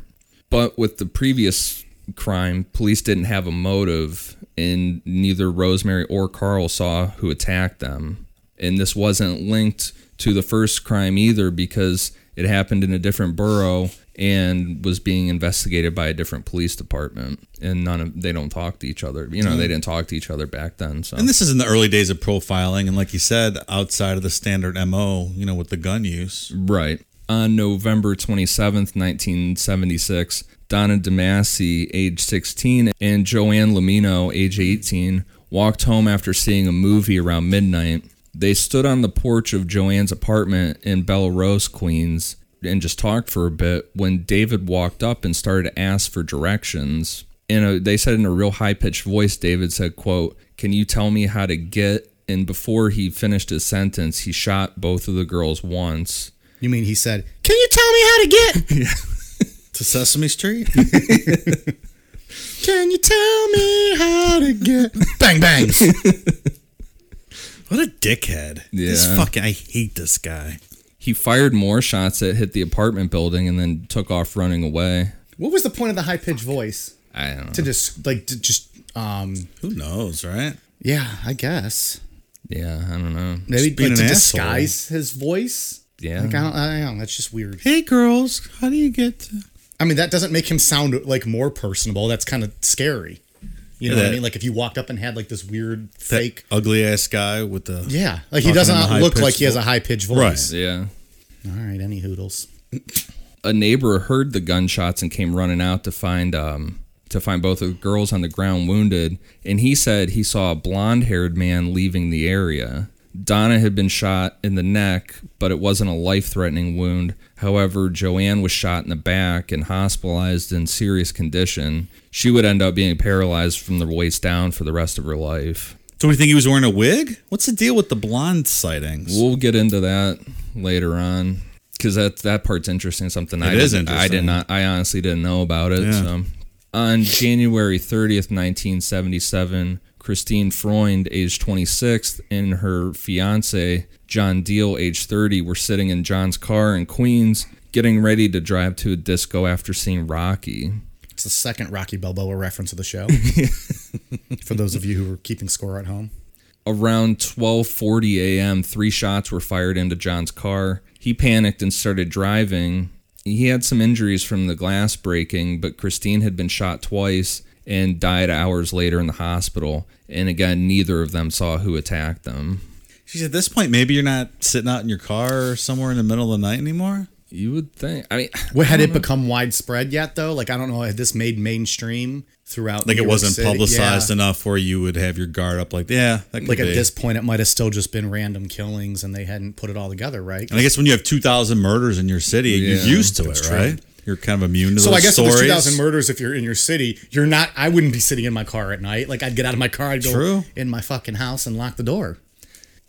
S3: But with the previous crime, police didn't have a motive, and neither Rosemary or Carl saw who attacked them. And this wasn't linked to the first crime either because it happened in a different borough and was being investigated by a different police department. And none of they don't talk to each other. You know, they didn't talk to each other back then. So
S4: And this is in the early days of profiling, and like you said, outside of the standard MO, you know, with the gun use.
S3: Right. On November 27th, 1976, Donna DeMasi, age 16, and Joanne Lamino, age 18, walked home after seeing a movie around midnight. They stood on the porch of Joanne's apartment in Belrose, Queens, and just talked for a bit when David walked up and started to ask for directions. In a, they said in a real high-pitched voice, David said, quote, can you tell me how to get? And before he finished his sentence, he shot both of the girls once.
S2: You mean he said, Can you tell me how to get?
S4: To Sesame Street?
S2: Can you tell me how to get? bang, bang.
S4: what a dickhead. This
S3: Yeah.
S4: fucking, I hate this guy.
S3: He fired more shots that hit the apartment building and then took off running away.
S2: What was the point of the high pitched voice?
S3: I don't know.
S2: To just, like, to just, um,
S4: Who knows, right?
S2: yeah, I guess.
S3: yeah, I don't know.
S2: Maybe
S4: being
S2: like, to
S4: an
S2: disguise his voice.
S3: Yeah.
S2: Like, I don't, I don't know. That's just weird.
S4: Hey, girls, how do you get to.
S2: I mean, that doesn't make him sound like more personable. That's kind of scary. You know what I
S4: That-
S2: mean? Like if you walked up and had like this weird
S4: That
S2: fake.
S4: ugly ass guy with the.
S2: Yeah, like he
S4: Talking in the
S2: doesn't look
S4: high-pitched
S2: like he has a
S4: vo-
S2: high pitched voice.
S3: Yeah.
S2: All right, any hoodles.
S3: A neighbor heard the gunshots and came running out to find um to find both of the girls on the ground wounded, and he said he saw a blonde-haired man leaving the area. Donna had been shot in the neck, but it wasn't a life-threatening wound. However, Joanne was shot in the back and hospitalized in serious condition. She would end up being paralyzed from the waist down for the rest of her life.
S4: So we think he was wearing a wig? What's the deal with the blonde sightings?
S3: We'll get into that later on because that that part's interesting. Something I
S4: It is
S3: didn't- I did
S4: interesting.
S3: not. I honestly didn't know about it.
S4: Yeah.
S3: So. On January 30th, 1977, Christine Freund, age 26, and her fiance, John Deal, age 30, were sitting in John's car in Queens getting ready to drive to a disco after seeing Rocky.
S2: It's the second Rocky Balboa reference of the show. For those of you who are keeping score at home,
S3: Around 12:40 a.m., three shots were fired into John's car. He panicked and started driving. He had some injuries from the glass breaking, but Christine had been shot twice and died hours later in the hospital. And again, neither of them saw who attacked them.
S4: She's at this point, maybe you're not sitting out in your car or somewhere in the middle of the night anymore.
S3: You would think. I mean,
S2: Well, had it become widespread yet though? Like I don't know, had this made mainstream throughout?
S4: Like
S2: New
S4: it
S2: York
S4: wasn't
S2: City?
S4: publicized
S2: Yeah.
S4: enough where you would have your guard up, like, yeah, that could
S2: Like at
S4: be.
S2: this point, it might have still just been random killings, and they hadn't put it all together, right?
S4: And I guess when you have 2,000 murders in your city,
S3: Yeah,
S4: you're used to it,
S2: that's true.
S4: right? You're kind of immune to
S2: So
S4: those
S2: I guess
S4: stories.
S2: if there's 2,000 murders, if you're in your city, you're not. I wouldn't be sitting in my car at night. Like I'd get out of my car, I'd go
S4: True.
S2: in my fucking house and lock the door,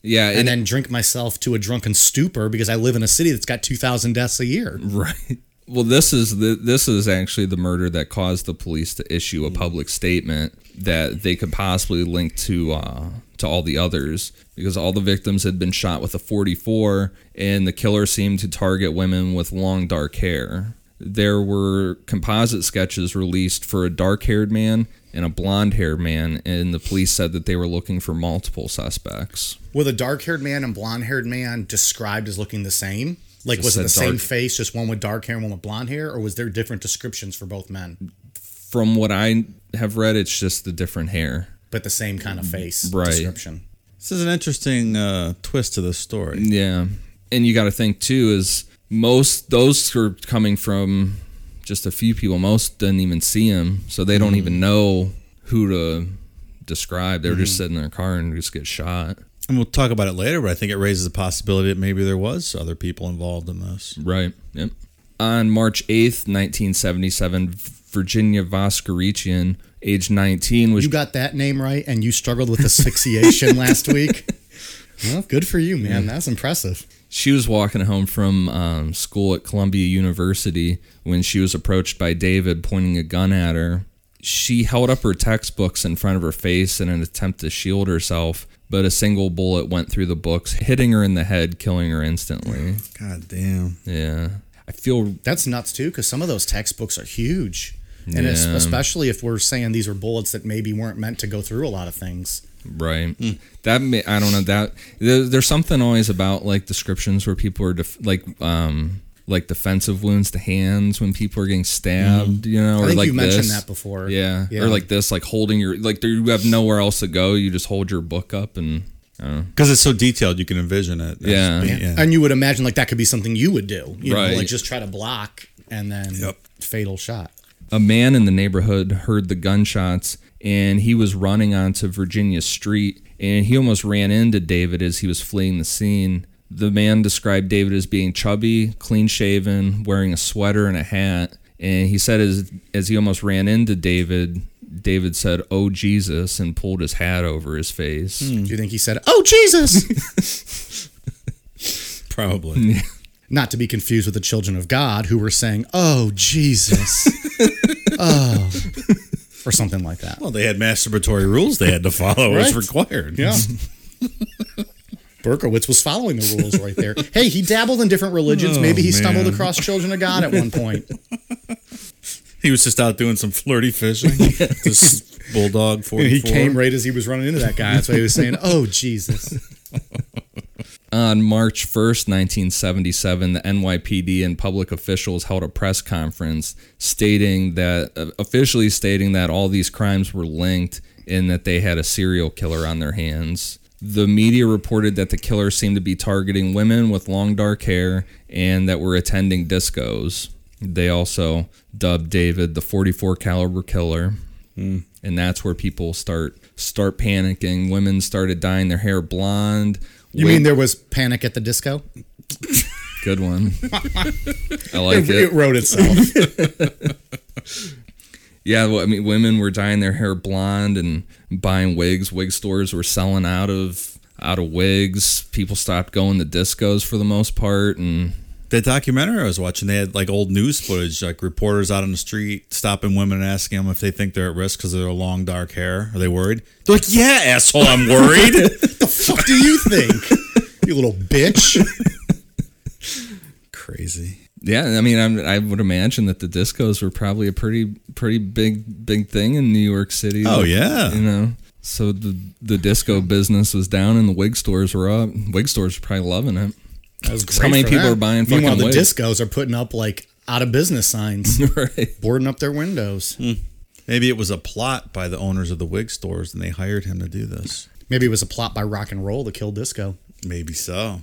S3: yeah.
S2: and
S3: it-
S2: then drink myself to a drunken stupor because I live in a city that's got 2,000 deaths a year.
S3: Right. Well, this is the this is actually the murder that caused the police to issue a public statement that they could possibly link to uh, to all the others because all the victims had been shot with a 44 and the killer seemed to target women with long dark hair. There were composite sketches released for a dark-haired man and a blonde-haired man and the police said that they were looking for multiple suspects.
S2: Were the dark-haired man and blonde-haired man described as looking the same? Like was it the
S3: said
S2: same
S3: dark.
S2: face, just one with dark hair and one with blonde hair, or was there different descriptions for both men,
S3: From what I have read, it's just the different hair.
S2: but the same kind of face
S3: Right.
S2: description?
S4: This is an interesting uh, twist to this story.
S3: Yeah. And you got to think too is most those are coming from just a few people. Most didn't even see him, so they don't even know who to describe. They were just sitting in their car and just get shot.
S4: And we'll talk about it later, but I think it raises the possibility that maybe there was other people involved in this.
S3: Right. Yep. On March 8th, 1977, Virginia Voskarichian, age 19, was
S2: You got that name right, and you struggled with asphyxiation last week. Well, good for you, man. That's impressive.
S3: She was walking home from um, school at Columbia University when she was approached by David pointing a gun at her. She held up her textbooks in front of her face in an attempt to shield herself, but a single bullet went through the books, hitting her in the head, killing her instantly.
S4: God damn.
S3: Yeah. I feel
S2: That's nuts too, because some of those textbooks are huge, and it's,
S3: Yeah.
S2: especially if we're saying these are bullets that maybe weren't meant to go through a lot of things.
S3: right.
S2: Hmm.
S3: That may, I don't know that there, there's something always about like descriptions where people are def- like um like defensive wounds to hands when people are getting stabbed, you know,
S2: Hmm. I
S3: or
S2: think
S3: like
S2: you mentioned
S3: this.
S2: that before.
S3: Yeah.
S2: yeah.
S3: Or like this, like holding your like there you have nowhere else to go. You just hold your book up and
S4: Because it's so detailed, you can envision it. That's-
S3: Yeah.
S4: yeah.
S2: and you would imagine like that could be something you would do. You know,
S3: Right.
S2: like just try to block and then
S4: Yep.
S2: fatal shot.
S3: a man in the neighborhood heard the gunshots and he was running onto Virginia Street and he almost ran into David as he was fleeing the scene. The man described David as being chubby, clean shaven, wearing a sweater and a hat. And he said as as he almost ran into David, David said, Oh Jesus, and pulled his hat over his face.
S2: Do you think he said, "Oh Jesus"?
S4: Probably.
S2: Not to be confused with the children of God who were saying, "Oh Jesus," oh, or something like that.
S4: well, they had masturbatory rules they had to follow. It was
S2: Right.
S4: required.
S2: Yeah. Berkowitz was following the rules right there. Hey, he dabbled in different
S3: Oh,
S2: religions. Maybe he stumbled
S4: man.
S2: across children of God at one point.
S4: He was just out doing some flirty fishing. this bulldog for
S2: He came right as he was running into that guy. That's why he was saying, "Oh Jesus."
S3: On March 1st, 1977, the NYPD and public officials held a press conference stating that, uh, officially stating that all these crimes were linked and that they had a serial killer on their hands. The media reported that the killer seemed to be targeting women with long dark hair and that were attending discos. They also dubbed David the 44 caliber killer
S2: Hmm.
S3: and that's where people start start panicking. Women started dyeing their hair blonde.
S2: You mean there was panic at the disco?
S3: Good one. I
S2: It
S3: like it.
S2: wrote itself.
S3: Yeah, well, I mean, women were dyeing their hair blonde and buying wigs. Wig stores were selling out of out of wigs. People stopped going to discos for the most part, and
S4: The documentary I was watching, they had like old news footage, like reporters out on the street stopping women and asking them if they think they're at risk because of their long dark hair. Are they worried? They're like, yeah, asshole, I'm worried.
S2: fuck do you think? You little bitch.
S4: Crazy.
S3: yeah, I mean, I'm, I would imagine that the discos were probably a pretty pretty big big thing in New York City.
S4: Oh, yeah.
S3: you know. So the the disco business was down, and the wig stores were up. Wig stores were probably loving it.
S2: That was
S3: So many
S2: for
S3: people are buying fucking
S2: Meanwhile, the
S3: wigs.
S2: discos are putting up like out of business signs,
S3: right.
S2: boarding up their windows.
S4: Maybe it was a plot by the owners of the wig stores and they hired him to do this.
S2: Maybe it was a plot by rock and roll to kill disco.
S4: Maybe so.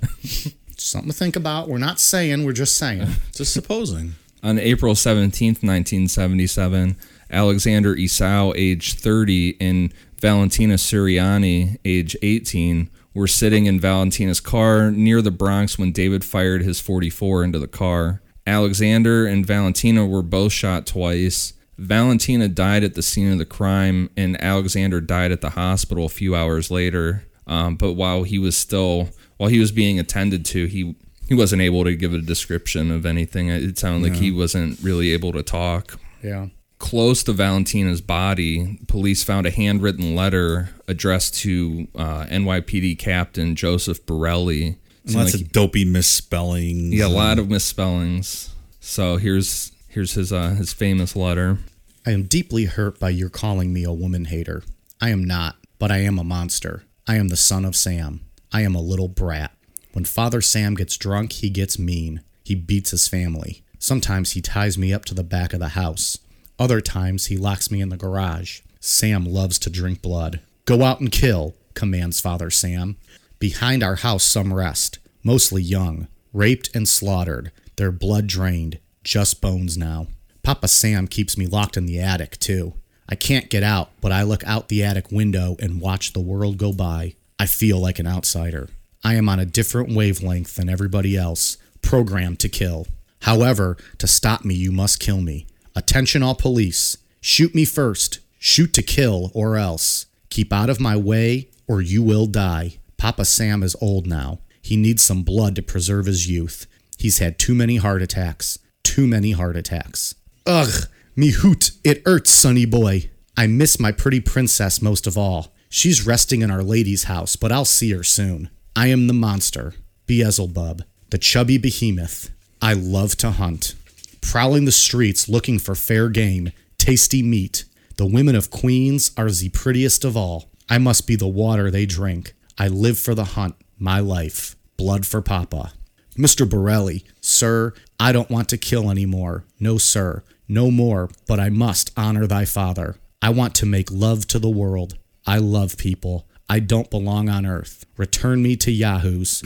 S2: Something to think about. We're not saying, we're just saying.
S4: Just supposing.
S3: On April 17th, 1977, Alexander Isau, age 30, and Valentina Siriani, age 18, were sitting in Valentina's car near the Bronx when David fired his 44 into the car. Alexander and Valentina were both shot twice. Valentina died at the scene of the crime, and Alexander died at the hospital a few hours later. Um, but while he was still, while he was being attended to, he he wasn't able to give a description of anything. It sounded like he wasn't really able to talk.
S2: Yeah.
S3: Close to Valentina's body, police found a handwritten letter addressed to uh, NYPD Captain Joseph Borelli. Seemed
S4: Lots
S3: like-
S4: of dopey misspellings.
S3: yeah, a lot
S2: Hmm.
S3: of misspellings. So here's here's his uh, his famous letter.
S2: I am deeply hurt by your calling me a woman hater. I am not, but I am a monster. I am the son of Sam. I am a little brat. When Father Sam gets drunk, he gets mean. He beats his family. Sometimes he ties me up to the back of the house. Other times he locks me in the garage. Sam loves to drink blood. Go out and kill, commands Father Sam. Behind our house, some rest, mostly young, raped and slaughtered, their blood drained, just bones now. Papa Sam keeps me locked in the attic, too. I can't get out, but I look out the attic window and watch the world go by. I feel like an outsider. I am on a different wavelength than everybody else, programmed to kill. However, to stop me, you must kill me. Attention all police. Shoot me first. Shoot to kill or else. Keep out of my way or you will die. Papa Sam is old now. He needs some blood to preserve his youth. He's had too many heart attacks. Too many heart attacks. Ugh, me hoot, it hurts, sonny boy. I miss my pretty princess most of all. She's resting in Our Lady's house, but I'll see her soon. I am the monster, Beelzebub, the chubby behemoth. I love to hunt, prowling the streets looking for fair game, tasty meat. The women of Queens are the prettiest of all. I must be the water they drink. I live for the hunt, my life, blood for Papa. Mr. Borelli, sir, I don't want to kill any more. No, sir, no more, but I must honor thy father. I want to make love to the world. I love people. I don't belong on earth. Return me to Yahoo's.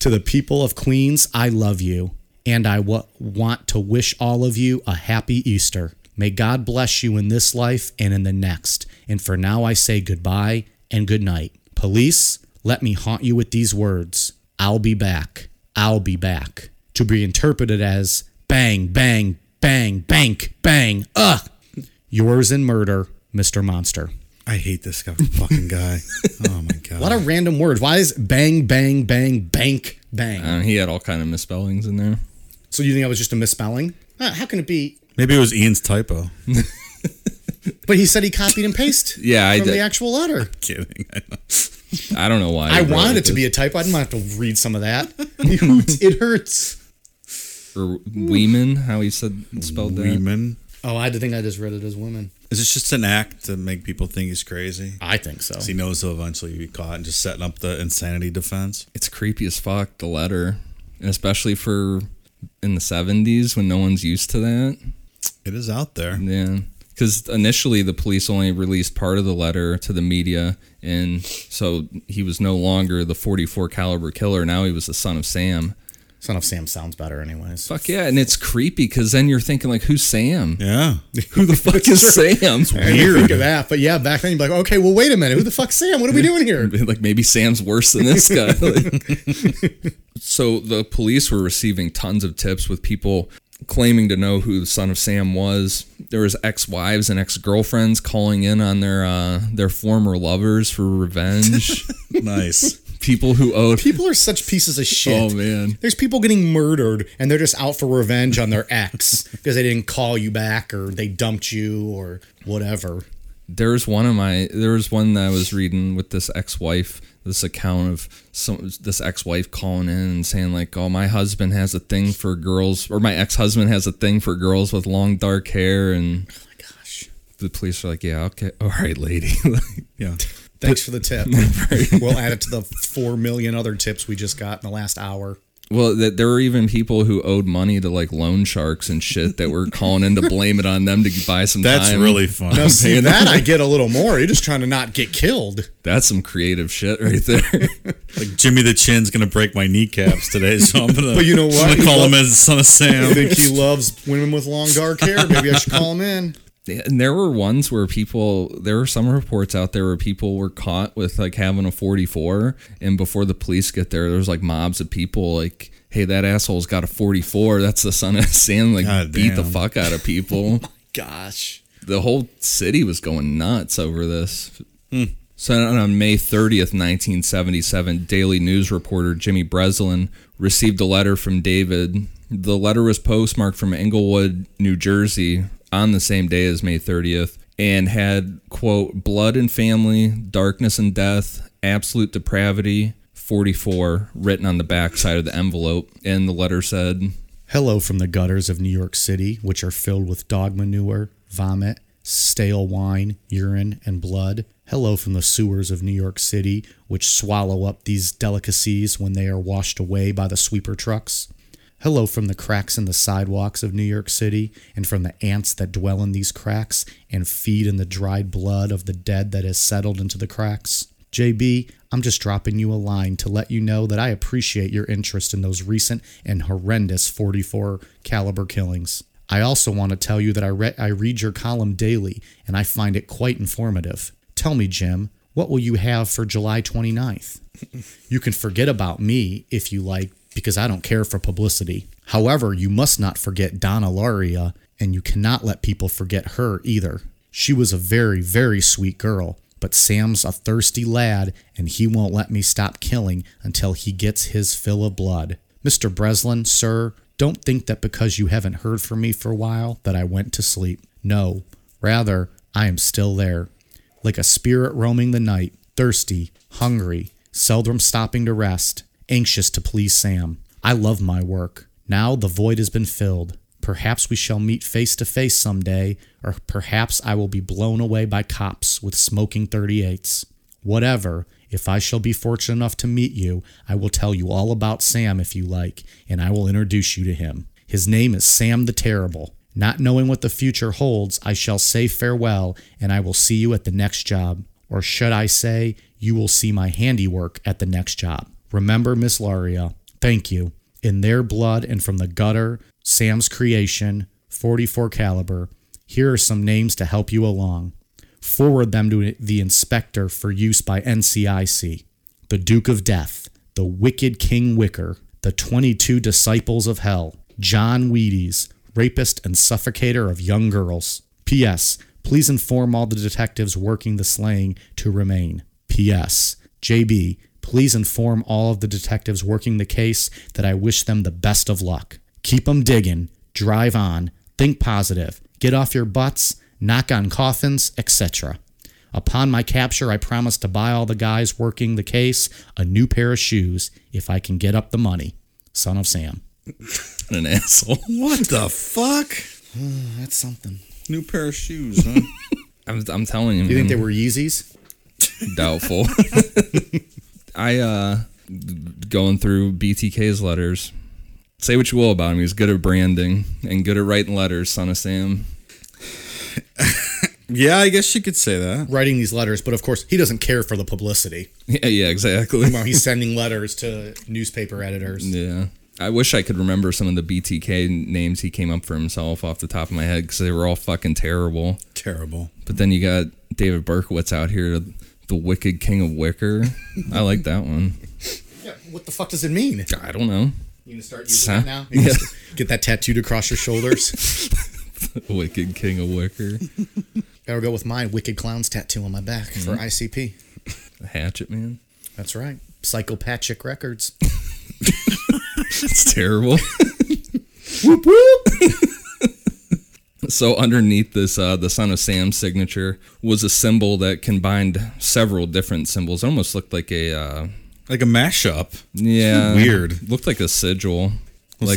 S2: to the people of Queens, I love you. And I wa- want to wish all of you a happy Easter. May God bless you in this life and in the next. And for now, I say goodbye and good night. Police, let me haunt you with these words I'll be back. I'll be back. To be interpreted as bang, bang, bang, bank, bang, ugh. Yours in murder, Mr. Monster.
S4: I hate this guy, fucking guy. Oh my god.
S2: What a random word. Why is bang, bang, bang, bank, bang?
S3: And Uh, he had all kind of misspellings in there.
S2: so you think that was just a misspelling? Huh, how can it be?
S4: Maybe it was Ian's typo.
S2: But he said he copied and pasted
S3: Yeah, I
S2: from
S3: did-
S2: the actual letter.
S4: Kidding.
S3: I don't know why.
S2: I wanted it to be a typo. I didn't have to read some of that. it hurts.
S3: or Er, Weeman, how he said spelled that.
S4: Weeman.
S2: Oh, I had to think I just read it as women.
S4: Is this just an act to make people think he's crazy?
S2: I think so.
S4: He knows he'll eventually be caught and just setting up the insanity defense.
S3: It's creepy as fuck. The letter, and especially for in the seventies when no one's used to that.
S4: It is out there.
S3: Yeah. Because initially the police only released part of the letter to the media, and so he was no longer the 44 caliber killer. Now he was the son of Sam.
S2: Son of Sam sounds better, anyways.
S3: Fuck yeah, and it's creepy because then you're thinking like, who's Sam?
S4: Yeah.
S3: Who the fuck is Sam?
S2: I didn't think of that, but yeah, back then you'd be like, okay, well, wait a minute. Who the fuck's Sam? What are we doing here?
S3: like maybe Sam's worse than this guy. Like- so the police were receiving tons of tips with people claiming to know who the son of Sam was. There was ex-wives and ex-girlfriends calling in on their uh, their former lovers for revenge.
S4: Nice.
S3: people who owed.
S2: People are such pieces of shit.
S3: Oh man.
S2: There's people getting murdered and they're just out for revenge on their ex because they didn't call you back or they dumped you or whatever.
S3: There's one of my there's one that I was reading with this ex-wife, this account of some this ex-wife calling in and saying like, "Oh, my husband has a thing for girls or my ex-husband has a thing for girls with long dark hair and Oh my gosh. The police are like, "Yeah, okay. All right, lady." Like,
S4: Yeah.
S2: Thanks for the tip. we'll add it to the 4 million other tips we just got in the last hour.
S3: well, that there were even people who owed money to like loan sharks and shit that were calling in to blame it on them to buy some
S4: That's
S3: time.
S4: really fun.
S2: Now, see, that I get a little more. You're just trying to not get killed.
S3: That's some creative shit right there.
S4: like Jimmy the Chin's gonna break my kneecaps today, so I'm gonna.
S2: But you know what?
S4: I'm
S2: He
S4: gonna call him
S2: lo-
S4: as the son of
S2: I think
S4: Sam.
S2: he loves women with long dark hair. Maybe I should call him in.
S3: Yeah, and there were ones where people there were some reports out there where people were caught with like having a 44 and before the police get there there's like mobs of people like hey that asshole's got a 44 that's the son of sam like
S4: God
S3: beat the
S4: damn. Oh
S3: fuck out of people
S2: Gosh.
S3: the whole city was going nuts over this so on on May 30th, 1977, Daily News reporter Jimmy Breslin received a letter from David. The letter was postmarked from Englewood, New Jersey on the same day as May 30th and had, quote, blood and family, darkness and death, absolute depravity, 44, written on the backside of the envelope. And the letter said,
S2: Hello from the gutters of New York City, which are filled with dog manure, vomit, stale wine, urine, and blood. Hello from the sewers of New York City, which swallow up these delicacies when they are washed away by the sweeper trucks. Hello from the cracks in the sidewalks of New York City, and from the ants that dwell in these cracks and feed in the dried blood of the dead that has settled into the cracks. JB, I'm just dropping you a line to let you know that I appreciate your interest in those recent and horrendous 44 caliber killings. I also want to tell you that I, re- I read your column daily and I find it quite informative. Tell me, Jim, what will you have for July 29th? You can forget about me if you like, because I don't care for publicity. However, you must not forget Donna Laria and you cannot let people forget her either. She was a very, very sweet girl, but Sam's a thirsty lad, and he won't let me stop killing until he gets his fill of blood. Mr. Breslin, sir, don't think that because you haven't heard from me for a while that I went to sleep. No, rather, I am still there like a spirit roaming the night, thirsty, hungry, seldom stopping to rest, anxious to please Sam. I love my work. Now the void has been filled. Perhaps we shall meet face to face some day, or perhaps I will be blown away by cops with smoking 38s. Whatever, if I shall be fortunate enough to meet you, I will tell you all about Sam if you like, and I will introduce you to him. His name is Sam the Terrible. Not knowing what the future holds, I shall say farewell, and I will see you at the next job. Or should I say, you will see my handiwork at the next job. Remember, Miss Laria, thank you. In their blood and from the gutter, Sam's creation, 44 caliber, here are some names to help you along. Forward them to the inspector for use by NCIC. The Duke of Death, the Wicked King Wicker, the 22 Disciples of Hell, John Wheaties, rapist and suffocator of young girls. P.S. Please inform all the detectives working the slaying to remain. P.S. J.B. Please inform all of the detectives working the case that I wish them the best of luck. Keep 'em digging, drive on, think positive, get off your butts, knock on coffins, etc. Upon my capture, I promise to buy all the guys working the case a new pair of shoes if I can get up the money. Son of Sam.
S3: An asshole.
S4: What the fuck?
S2: That's something.
S4: New pair of shoes, huh?
S3: I'm, I'm telling you,
S2: You
S3: man.
S2: think they were Yeezys?
S3: Doubtful. I uh going through BTK's letters. Say what you will about him, he's good at branding and good at writing letters, son of Sam.
S4: yeah, I guess you could say that.
S2: writing these letters, but of course he doesn't care for the publicity.
S3: Yeah, yeah, exactly.
S2: Meanwhile, he's sending letters to newspaper editors.
S3: Yeah. I wish I could remember some of the BTK names he came up for himself off the top of my head because they were all fucking terrible.
S4: Terrible.
S3: But then you got David Berkowitz out here, the wicked king of wicker. I like that one.
S2: Yeah, what the fuck does it mean?
S3: I don't know.
S2: You gonna start using
S3: Huh?
S2: that now? You gonna Get that tattooed across your shoulders.
S3: Wicked king of wicker.
S2: Gotta go with my wicked clowns tattoo on my back for
S3: Mm-hmm.
S2: ICP.
S3: Hatchet man.
S2: That's right. Psychopathic Records.
S3: It's terrible. so underneath this, uh, the Son of Sam signature was a symbol that combined several different symbols. It almost looked like a uh,
S4: Like a mashup.
S3: yeah,
S4: Weird.
S3: Looked like a sigil.
S4: What's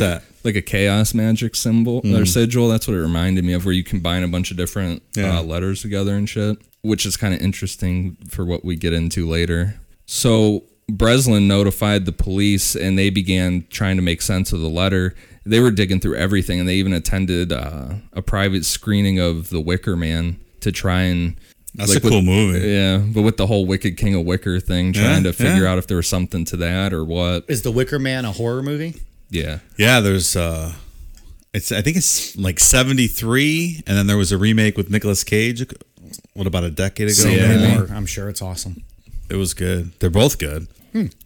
S3: like,
S4: that?
S3: Like a chaos magic symbol
S4: Mm.
S3: or sigil. That's what it reminded me of, where you combine a bunch of different
S4: Yeah.
S3: uh, letters together and shit, which is kind of interesting for what we get into later. So Breslin notified the police, and they began trying to make sense of the letter. They were digging through everything, and they even attended uh, a private screening of The Wicker Man to try and.
S4: That's
S3: like
S4: a
S3: with-
S4: cool movie.
S3: Yeah, but with the whole Wicked King of Wicker thing, trying
S4: Yeah,
S3: to figure
S4: yeah.
S3: out if there was something to that or what.
S2: Is The Wicker Man a horror movie?
S3: Yeah.
S4: Yeah, there's uh it's I think it's like 73 and then there was a remake with Nicolas Cage uh, what about a decade ago?
S3: Yeah.
S4: maybe?
S2: Horror. I'm sure it's awesome.
S4: It was good. They're both good.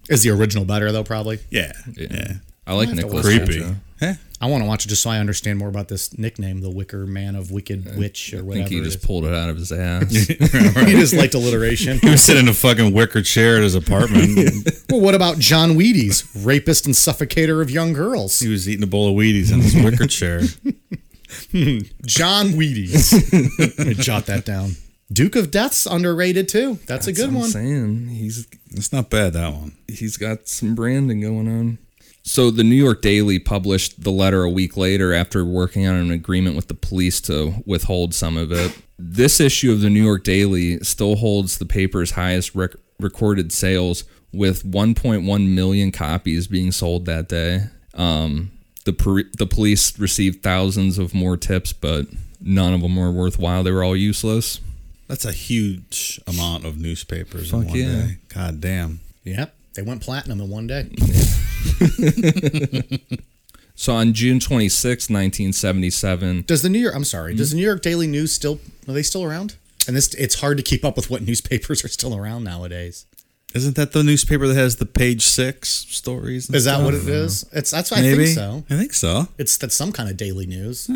S2: Is the original better though? Probably.
S4: Yeah. Yeah.
S3: I like
S2: have to
S3: Nicholas.
S2: watch that.
S4: Creepy. Yeah.
S2: I want to watch it just so I understand more about this nickname, the Wicker Man of Wicked Witch or
S3: Uh, I
S2: whatever.
S3: think he
S2: it
S3: just
S2: is.
S3: pulled it out of his ass.
S2: he just liked alliteration.
S4: He was sitting in a fucking wicker chair at his apartment.
S2: Well, what about John Wheaties, rapist and suffocator of young girls?
S4: he was eating a bowl of Wheaties in his wicker chair.
S2: John Wheaties. Let me jot that down. Duke of Death's underrated too. That's, a good
S3: I'm
S2: one.
S3: saying he's
S4: It's not bad that one.
S3: he's got some branding going on. So the New York Daily published the letter a week later after working on an agreement with the police to withhold some of it. This issue of the New York Daily still holds the paper's highest rec- recorded sales with 1.1 million copies being sold that day. Um, the per- the police received thousands of more tips, but none of them were worthwhile. They were all useless.
S4: That's a huge amount of newspapers in
S3: Fuck
S4: one
S3: yeah.
S4: day. God damn.
S2: Yep. They went platinum in one day.
S3: So on June 26, 1977,
S2: Does the New York I'm sorry, does the New York Daily News still are they still around? And this it's hard to keep up with what newspapers are still around nowadays.
S4: Isn't that the newspaper that has the page six stories? and
S2: Is that
S4: stuff?
S2: what it is? It's that's what I
S4: Uh, Maybe.
S2: think so.
S4: I think so.
S2: It's that's some kind of daily news.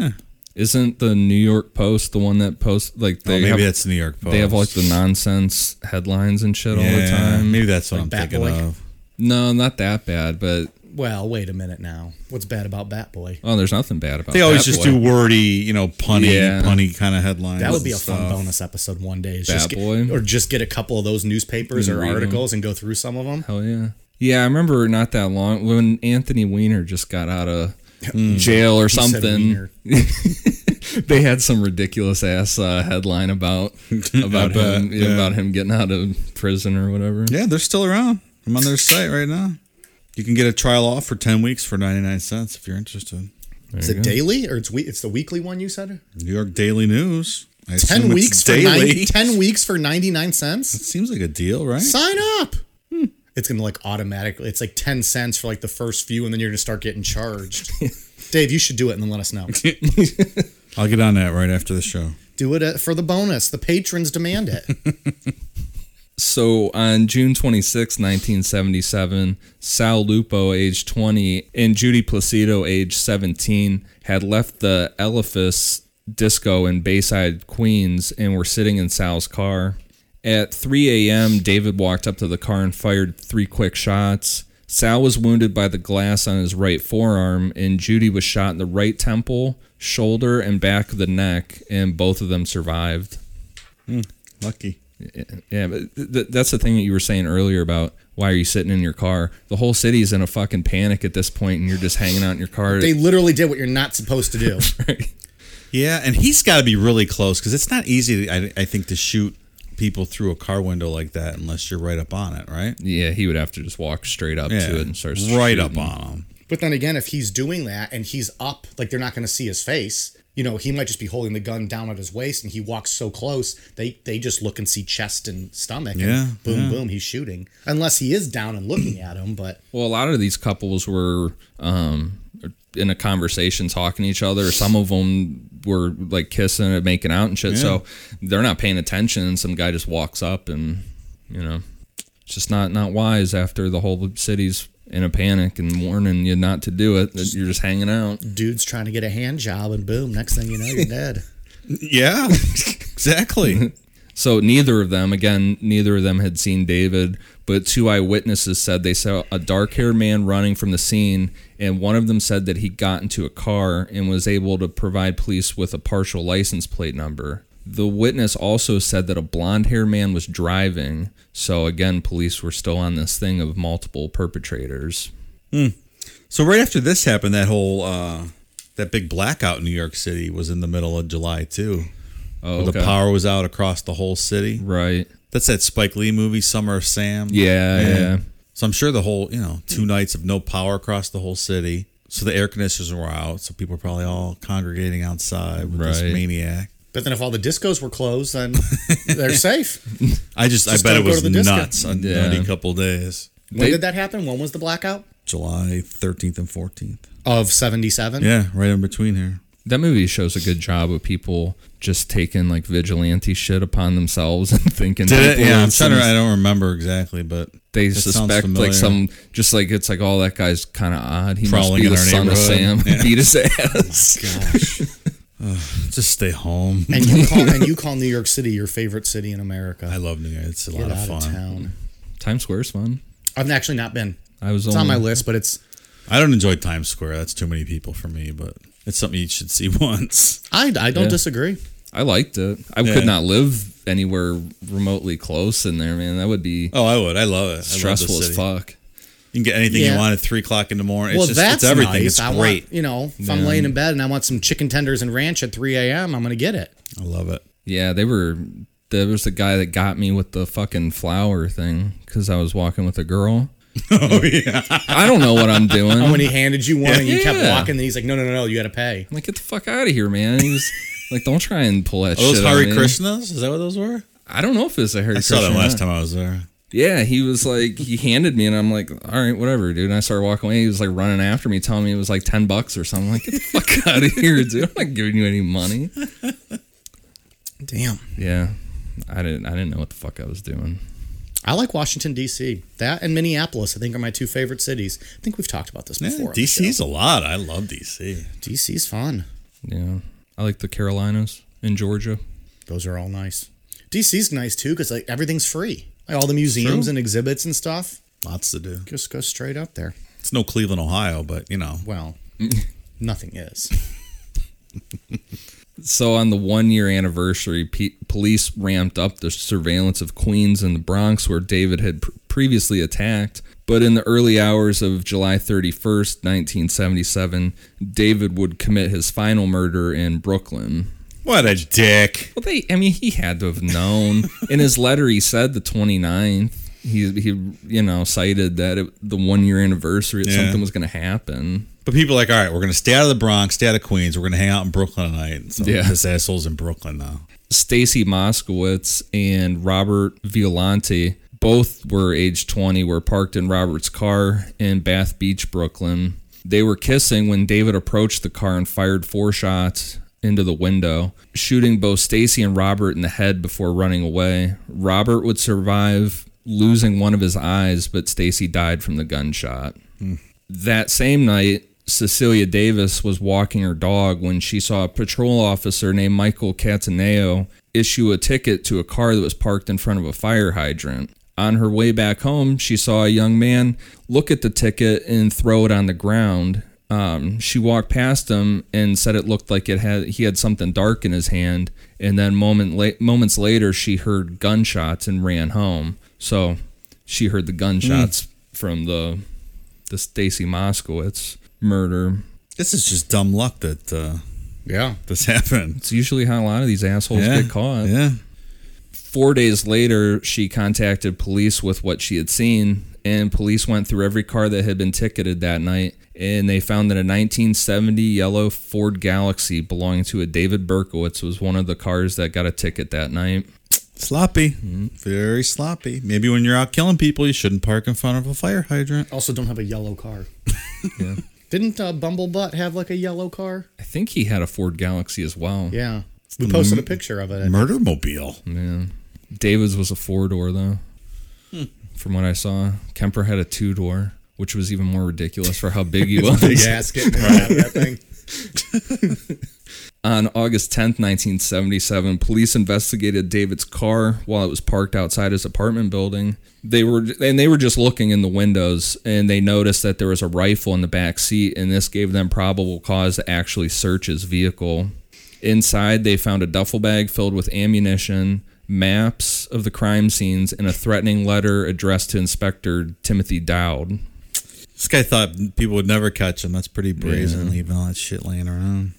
S3: Isn't the New York Post the one that posts like they
S4: oh, maybe
S3: have,
S4: that's New York Post.
S3: they have like the nonsense headlines and shit all the
S4: Yeah,
S3: time?
S4: Maybe that's what I'm
S5: Bat
S4: thinking
S5: Boy.
S4: of.
S3: No, not that bad, but
S5: Well, wait a minute now. What's bad about Batboy?
S3: oh, there's nothing bad about.
S4: They always
S3: that
S4: just
S3: boy.
S4: do wordy, you know, punny,
S3: Yeah.
S4: punny kind of headlines.
S5: That would be a
S4: and
S5: fun
S4: stuff.
S5: bonus episode one day. Is just
S3: Bat
S5: get,
S3: Boy?
S5: or just get a couple of those newspapers
S3: And
S5: or
S3: read 'em.
S5: articles and go through some of them.
S3: Hell yeah. Yeah, I remember not that long when Anthony Weiner just got out of
S4: Hmm.
S3: jail or
S5: said
S3: something.
S5: wiener.
S3: They had some ridiculous ass uh, headline about about
S4: bet,
S3: him
S4: yeah.
S3: about him getting out of prison or whatever.
S4: Yeah, they're still around. I'm on their site right now. You can get a trial off for 10 weeks for 99 cents if you're interested.
S5: Is it daily or it's we- It's the weekly one you said.
S4: New York Daily News. I
S5: Ten
S4: assume it's
S5: weeks for nine, ten weeks for ninety nine cents.
S4: Seems like a deal, right? Hmm.
S5: Sign up. It's gonna like automatically. It's like ten cents for like the first few, and then you're gonna start getting charged. Dave, you should do it and then let us know.
S4: I'll get on that right after the show.
S5: Do it uh, for the bonus. The patrons demand it.
S3: So on June 26, 1977, Sal Lupo, age 20, and Judy Placido, age 17, had left the Eliphas Disco in Bayside, Queens, and were sitting in Sal's car. At 3 a.m., David walked up to the car and fired three quick shots. Sal was wounded by the glass on his right forearm, and Judy was shot in the right temple, shoulder, and back of the neck, and both of them survived.
S4: Lucky.
S3: Yeah, but th- th- that's the thing that you were saying earlier about why are you sitting in your car? The whole city's in a fucking panic at this point, and you're just hanging out in your car.
S5: They literally did what you're not supposed to do.
S4: Yeah, and he's got to be really close because it's not easy, I, I think, to shoot people through a car window like that unless you're right up on it, right?
S3: yeah, he would have to just walk straight up to it and start
S4: right
S3: shooting.
S4: up on him.
S5: But then again, if he's doing that and he's up, like they're not going to see his face. You know, he might just be holding the gun down at his waist, and he walks so close they they just look and see chest and stomach. And
S4: Yeah,
S5: boom, boom, he's shooting. Unless he is down and looking at him, but
S3: Well, a lot of these couples were um, in a conversation talking to each other. Some of them were like kissing and making out and shit. So they're not paying attention. Some guy just walks up and you know, it's just not not wise after the whole city's in a panic and warning you not to do it. That you're just hanging out.
S5: dude's trying to get a hand job, and boom, next thing you know, you're dead.
S4: Yeah, exactly.
S3: So neither of them, again, neither of them had seen David, but two eyewitnesses said they saw a dark-haired man running from the scene, and one of them said that he got into a car and was able to provide police with a partial license plate number. The witness also said that a blonde-haired man was driving. So again, police were still on this thing of multiple perpetrators.
S4: so right after this happened, that whole uh, that big blackout in New York City was in the middle of July too.
S3: Oh,
S4: where The
S3: okay.
S4: power was out across the whole city.
S3: right?
S4: That's that Spike Lee movie, Summer of Sam.
S3: Yeah, yeah.
S4: So I'm sure the whole, you know, two nights of no power across the whole city. So the air conditioners were out. So people were probably all congregating outside with this
S3: Right.
S4: maniac.
S5: But then if all the discos were closed, then they're safe.
S4: I just,
S5: Just
S4: I bet
S5: don't
S4: it
S5: go
S4: was
S5: to the disco.
S4: nuts. A
S3: Yeah.
S4: nutty couple days,
S5: When
S3: They-
S5: did that happen? When was the blackout
S4: July 13th and 14th.
S5: of '77?
S4: Yeah, right in between here.
S3: That movie shows a good job of people just taking like vigilante shit upon themselves and thinking.
S4: Did it?
S3: people
S4: Yeah,
S3: are
S4: I'm trying to.
S3: some-
S4: I don't remember exactly, but
S3: they
S4: that sounds
S3: suspect
S4: familiar.
S3: like some just like it's like oh that guy's kind of odd he
S4: Prowling
S3: must be
S4: in
S3: the son
S4: our
S3: of sam
S4: neighborhood. Yeah. Oh,
S3: beat his ass
S4: Just stay home.
S5: And you call and you call New York City your favorite city in America.
S4: I love New York. It's a
S5: Get
S4: lot of
S5: out
S4: fun.
S5: of town.
S3: times square's fun
S5: I've actually not been.
S3: i was
S4: Oh.
S5: It's
S3: only,
S5: on my list, but it's
S4: I don't enjoy Times Square. That's too many people for me, but it's something you should see once.
S5: I, I don't
S3: Yeah.
S5: disagree.
S3: i liked it i
S4: Yeah.
S3: could not live anywhere remotely close in there man that would be
S4: Oh, I would. I love it. I love the
S3: stressful as
S4: city.
S3: fuck
S4: You can get anything
S5: Yeah.
S4: you want at three o'clock in the morning. It's
S5: well,
S4: just
S5: that's
S4: it's everything.
S5: Nice.
S4: It's
S5: I
S4: great.
S5: Want, you know, if I'm laying in bed and I want some chicken tenders and ranch at 3 a.m., I'm gonna get it.
S4: I love it.
S3: yeah they were there was the guy that got me with the fucking flower thing because i was walking with a girl
S4: Oh yeah.
S3: i don't know what i'm doing
S5: When he handed you one and you kept
S3: Yeah.
S5: walking, then he's like, "No, no, no, no, you got to pay."
S3: I'm like get the fuck out of here man he was like don't try and pull that
S4: Are those
S3: shit on
S4: Hare
S3: me.
S4: Krishnas? Is that what those were?
S3: i don't know if it's a hare
S4: I saw that
S3: Krishna or
S4: last
S3: not.
S4: time I was there.
S3: Yeah, he was like, he handed me, and I'm like, all right, whatever, dude. And I started walking away. He was like running after me, telling me it was like 10 bucks or something. I'm like, get the fuck out of here, dude. I'm not giving you any money.
S5: Damn.
S3: Yeah. I didn't I didn't know what the fuck I was doing.
S5: I like Washington D.C. That and Minneapolis, I think, are my two favorite cities. I think we've talked about this
S4: Yeah,
S5: before. on the show.
S4: DC's a lot. I love DC.
S5: DC's fun.
S3: Yeah. I like the Carolinas and Georgia.
S2: Those are all nice. DC's nice too because like everything's free. Like, all the museums and exhibits and stuff.
S4: Lots to do.
S2: Just go straight up there.
S4: It's no Cleveland, Ohio, but you know.
S2: Well, nothing is.
S3: So on the one year anniversary, pe- police ramped up the surveillance of Queens and the Bronx, where David had pr- previously attacked. But in the early hours of July 31st, 1977, David would commit his final murder in Brooklyn.
S4: What a dick.
S3: Well, they, I mean, he had to have known. in his letter, he said the 29th. He, he you know, cited that it, the one year anniversary, that
S4: Yeah.
S3: something was going to happen.
S4: But people are like, all right, we're gonna stay out of the Bronx, stay out of Queens, we're gonna hang out in Brooklyn tonight. So
S3: Yeah.
S4: this asshole's in Brooklyn now.
S3: Stacy Moskowitz and Robert Violante, both were age 20, were parked in Robert's car in Bath Beach, Brooklyn. They were kissing when David approached the car and fired four shots into the window, shooting both Stacy and Robert in the head before running away. Robert would survive losing one of his eyes, but Stacy died from the gunshot. That same night, Cecilia Davis was walking her dog when she saw a patrol officer named Michael Cataneo issue a ticket to a car that was parked in front of a fire hydrant. On her way back home, she saw a young man look at the ticket and throw it on the ground. Um, she walked past him and said it looked like it had he had something dark in his hand. And then moment la- moments later, she heard gunshots and ran home. So she heard the gunshots from the the Stacy Moskowitz murder.
S4: This is just dumb luck that uh,
S2: Yeah.
S4: this happened.
S3: It's usually how a lot of these assholes
S4: yeah.
S3: get caught.
S4: Yeah.
S3: Four days later, she contacted police with what she had seen, and police went through every car that had been ticketed that night, and they found that a 1970 yellow Ford Galaxy belonging to a David Berkowitz was one of the cars that got a ticket that night.
S4: Sloppy.
S3: Mm-hmm.
S4: Very sloppy. Maybe when you're out killing people, you shouldn't park in front of a fire hydrant.
S2: Also, don't have a yellow car. Didn't uh, Bumblebutt have like a yellow car?
S3: I think he had a Ford Galaxy as well.
S2: Yeah. We posted a picture of it.
S4: Murder mobile.
S3: David's was a four door though.
S4: Hmm.
S3: From what I saw, Kemper had a two door, which was even more ridiculous for how big he was.
S2: Big ass getting out of that thing.
S3: On August 10th, 1977, police investigated David's car while it was parked outside his apartment building. They were and they were just looking in the windows and they noticed that there was a rifle in the back seat and this gave them probable cause to actually search his vehicle. Inside, they found a duffel bag filled with ammunition, maps of the crime scenes and a threatening letter addressed to Inspector Timothy Dowd.
S4: This guy thought people would never catch him. That's pretty brazen, leaving all that shit laying around.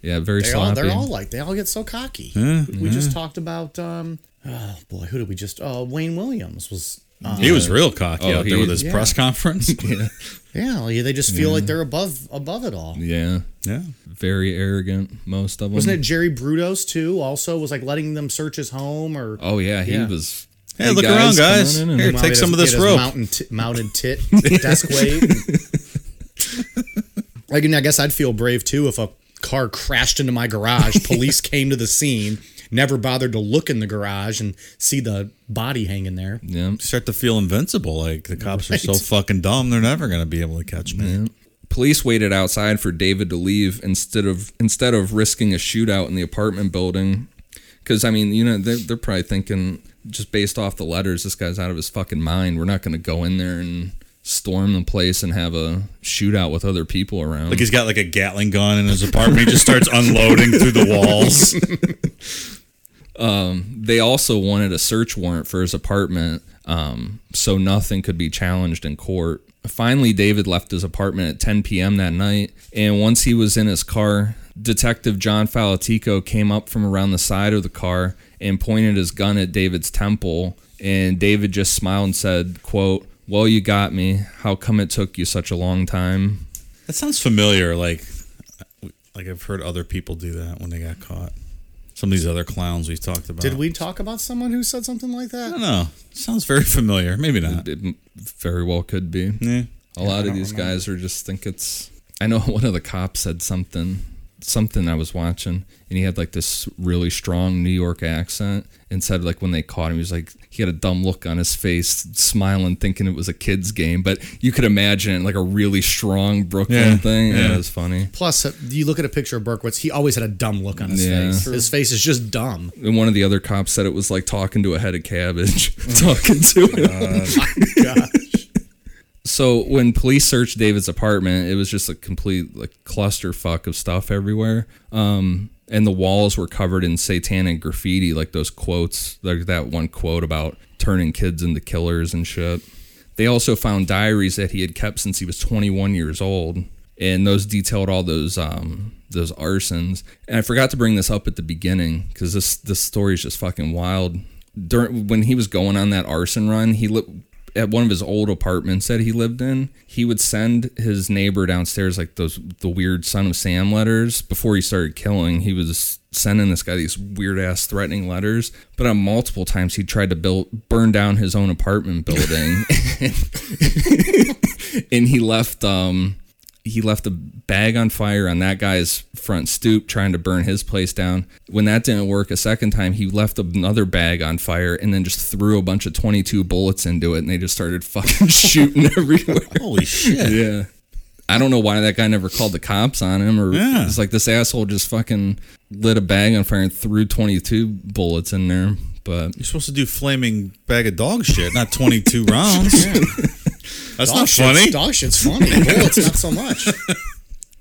S3: Yeah, very
S2: They all,
S3: sloppy.
S2: they're all like, they all get so cocky. we just talked about, um, oh boy, who did we just, uh, Wayne Williams was, uh,
S4: He was real cocky
S3: Oh,
S4: out there with
S3: he-
S4: his
S2: yeah.
S4: press conference. yeah.
S2: yeah, like, they just feel like they're above, above it all.
S3: yeah, very arrogant. Most of them.
S2: Wasn't it Jerry Brudos too? Also was like letting them search his home or
S3: Oh yeah, he
S2: Yeah.
S3: was.
S4: Hey, look around,
S3: come
S4: guys.
S3: on in and-
S4: Here,
S2: Well, he
S4: take some of
S2: doesn't
S4: this
S2: get his
S4: rope.
S2: Mountain t- mounted tit, desk weight. like, and I guess I'd feel brave too if a car crashed into my garage. Police came to the scene, never bothered to look in the garage and see the body hanging there.
S3: yeah.
S4: Start to feel invincible. Like the cops are so fucking dumb, they're never gonna be able to catch me.
S3: Police waited outside for David to leave instead of instead of risking a shootout in the apartment building. Because I mean, you know, they're, they're probably thinking just based off the letters, this guy's out of his fucking mind. We're not going to go in there and storm the place and have a shootout with other people around.
S4: Like he's got like a Gatling gun in his apartment. He just starts unloading through the walls.
S3: they also wanted a search warrant for his apartment um, so nothing could be challenged in court. Finally, David left his apartment at 10 p.m. that night, and once he was in his car, Detective John Falatico came up from around the side of the car and pointed his gun at David's temple, and David just smiled and said, quote, well, you got me. How come it took you such a long time?
S4: That sounds familiar. Like, like I've heard other people do that when they got caught. Some of these other clowns we've talked about.
S2: Did we talk about someone who said something like
S4: I
S2: that?
S4: don't know. Sounds very familiar. Maybe not.
S3: It m- very well could be.
S4: Yeah.
S3: A lot of these guys are just think it's. I know one of the cops said something something I was watching, and he had like this really strong New York accent. And said like when they caught him, he was like he had a dumb look on his face, smiling, thinking it was a kids' game. But you could imagine like a really strong Brooklyn
S4: Yeah,
S3: thing. Yeah.
S4: yeah.
S3: it was funny.
S2: Plus, uh, you look at a picture of Berkowitz, he always had a dumb look on his
S3: Yeah.
S2: face. His face is just dumb.
S3: And one of the other cops said it was like talking to a head of cabbage, talking to him. So when police searched David's apartment, it was just a complete like clusterfuck of stuff everywhere. Um, and the walls were covered in satanic graffiti, like those quotes, like that one quote about turning kids into killers and shit. They also found diaries that he had kept since he was 21 years old, and those detailed all those um, those arsons. And I forgot to bring this up at the beginning because this this story is just fucking wild. During when he was going on that arson run, he li- at one of his old apartments that he lived in, he would send his neighbor downstairs like those the weird son of Sam letters before he started killing. He was sending this guy these weird ass threatening letters, but on multiple times he tried to build burn down his own apartment building, and he left um he left a bag on fire on that guy's front stoop trying to burn his place down. When that didn't work a second time, he left another bag on fire and then just threw a bunch of 22 bullets into it and they just started fucking shooting everywhere.
S4: Holy shit.
S3: Yeah. I don't know why that guy never called the cops on him or
S4: Yeah.
S3: it's like this asshole just fucking lit a bag on fire and threw 22 bullets in there. But
S4: You're supposed to do flaming bag of dog shit, not 22 rounds. That's
S2: Dog
S4: not
S2: shit's-
S4: funny.
S2: Dog shit's funny. Bullets, not so much.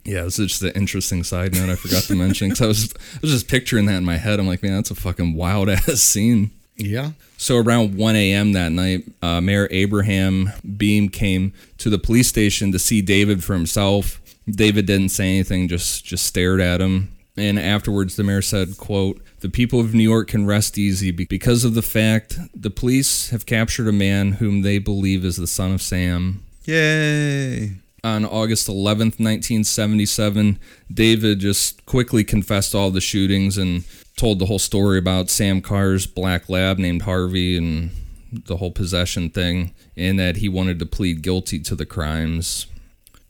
S3: yeah, it's just an interesting side note I forgot to mention because I was, I was just picturing that in my head. I'm like, man, that's a fucking wild ass scene.
S2: Yeah.
S3: So around 1 a.m. that night, uh, Mayor Abraham Beam came to the police station to see David for himself. David didn't say anything, just just stared at him. And afterwards, the mayor said, "quote The people of New York can rest easy be- because of the fact the police have captured a man whom they believe is the son of Sam."
S4: Yay.
S3: on August 11th, 1977, David just quickly confessed all the shootings and told the whole story about Sam Carr's black lab named Harvey and the whole possession thing, and that he wanted to plead guilty to the crimes.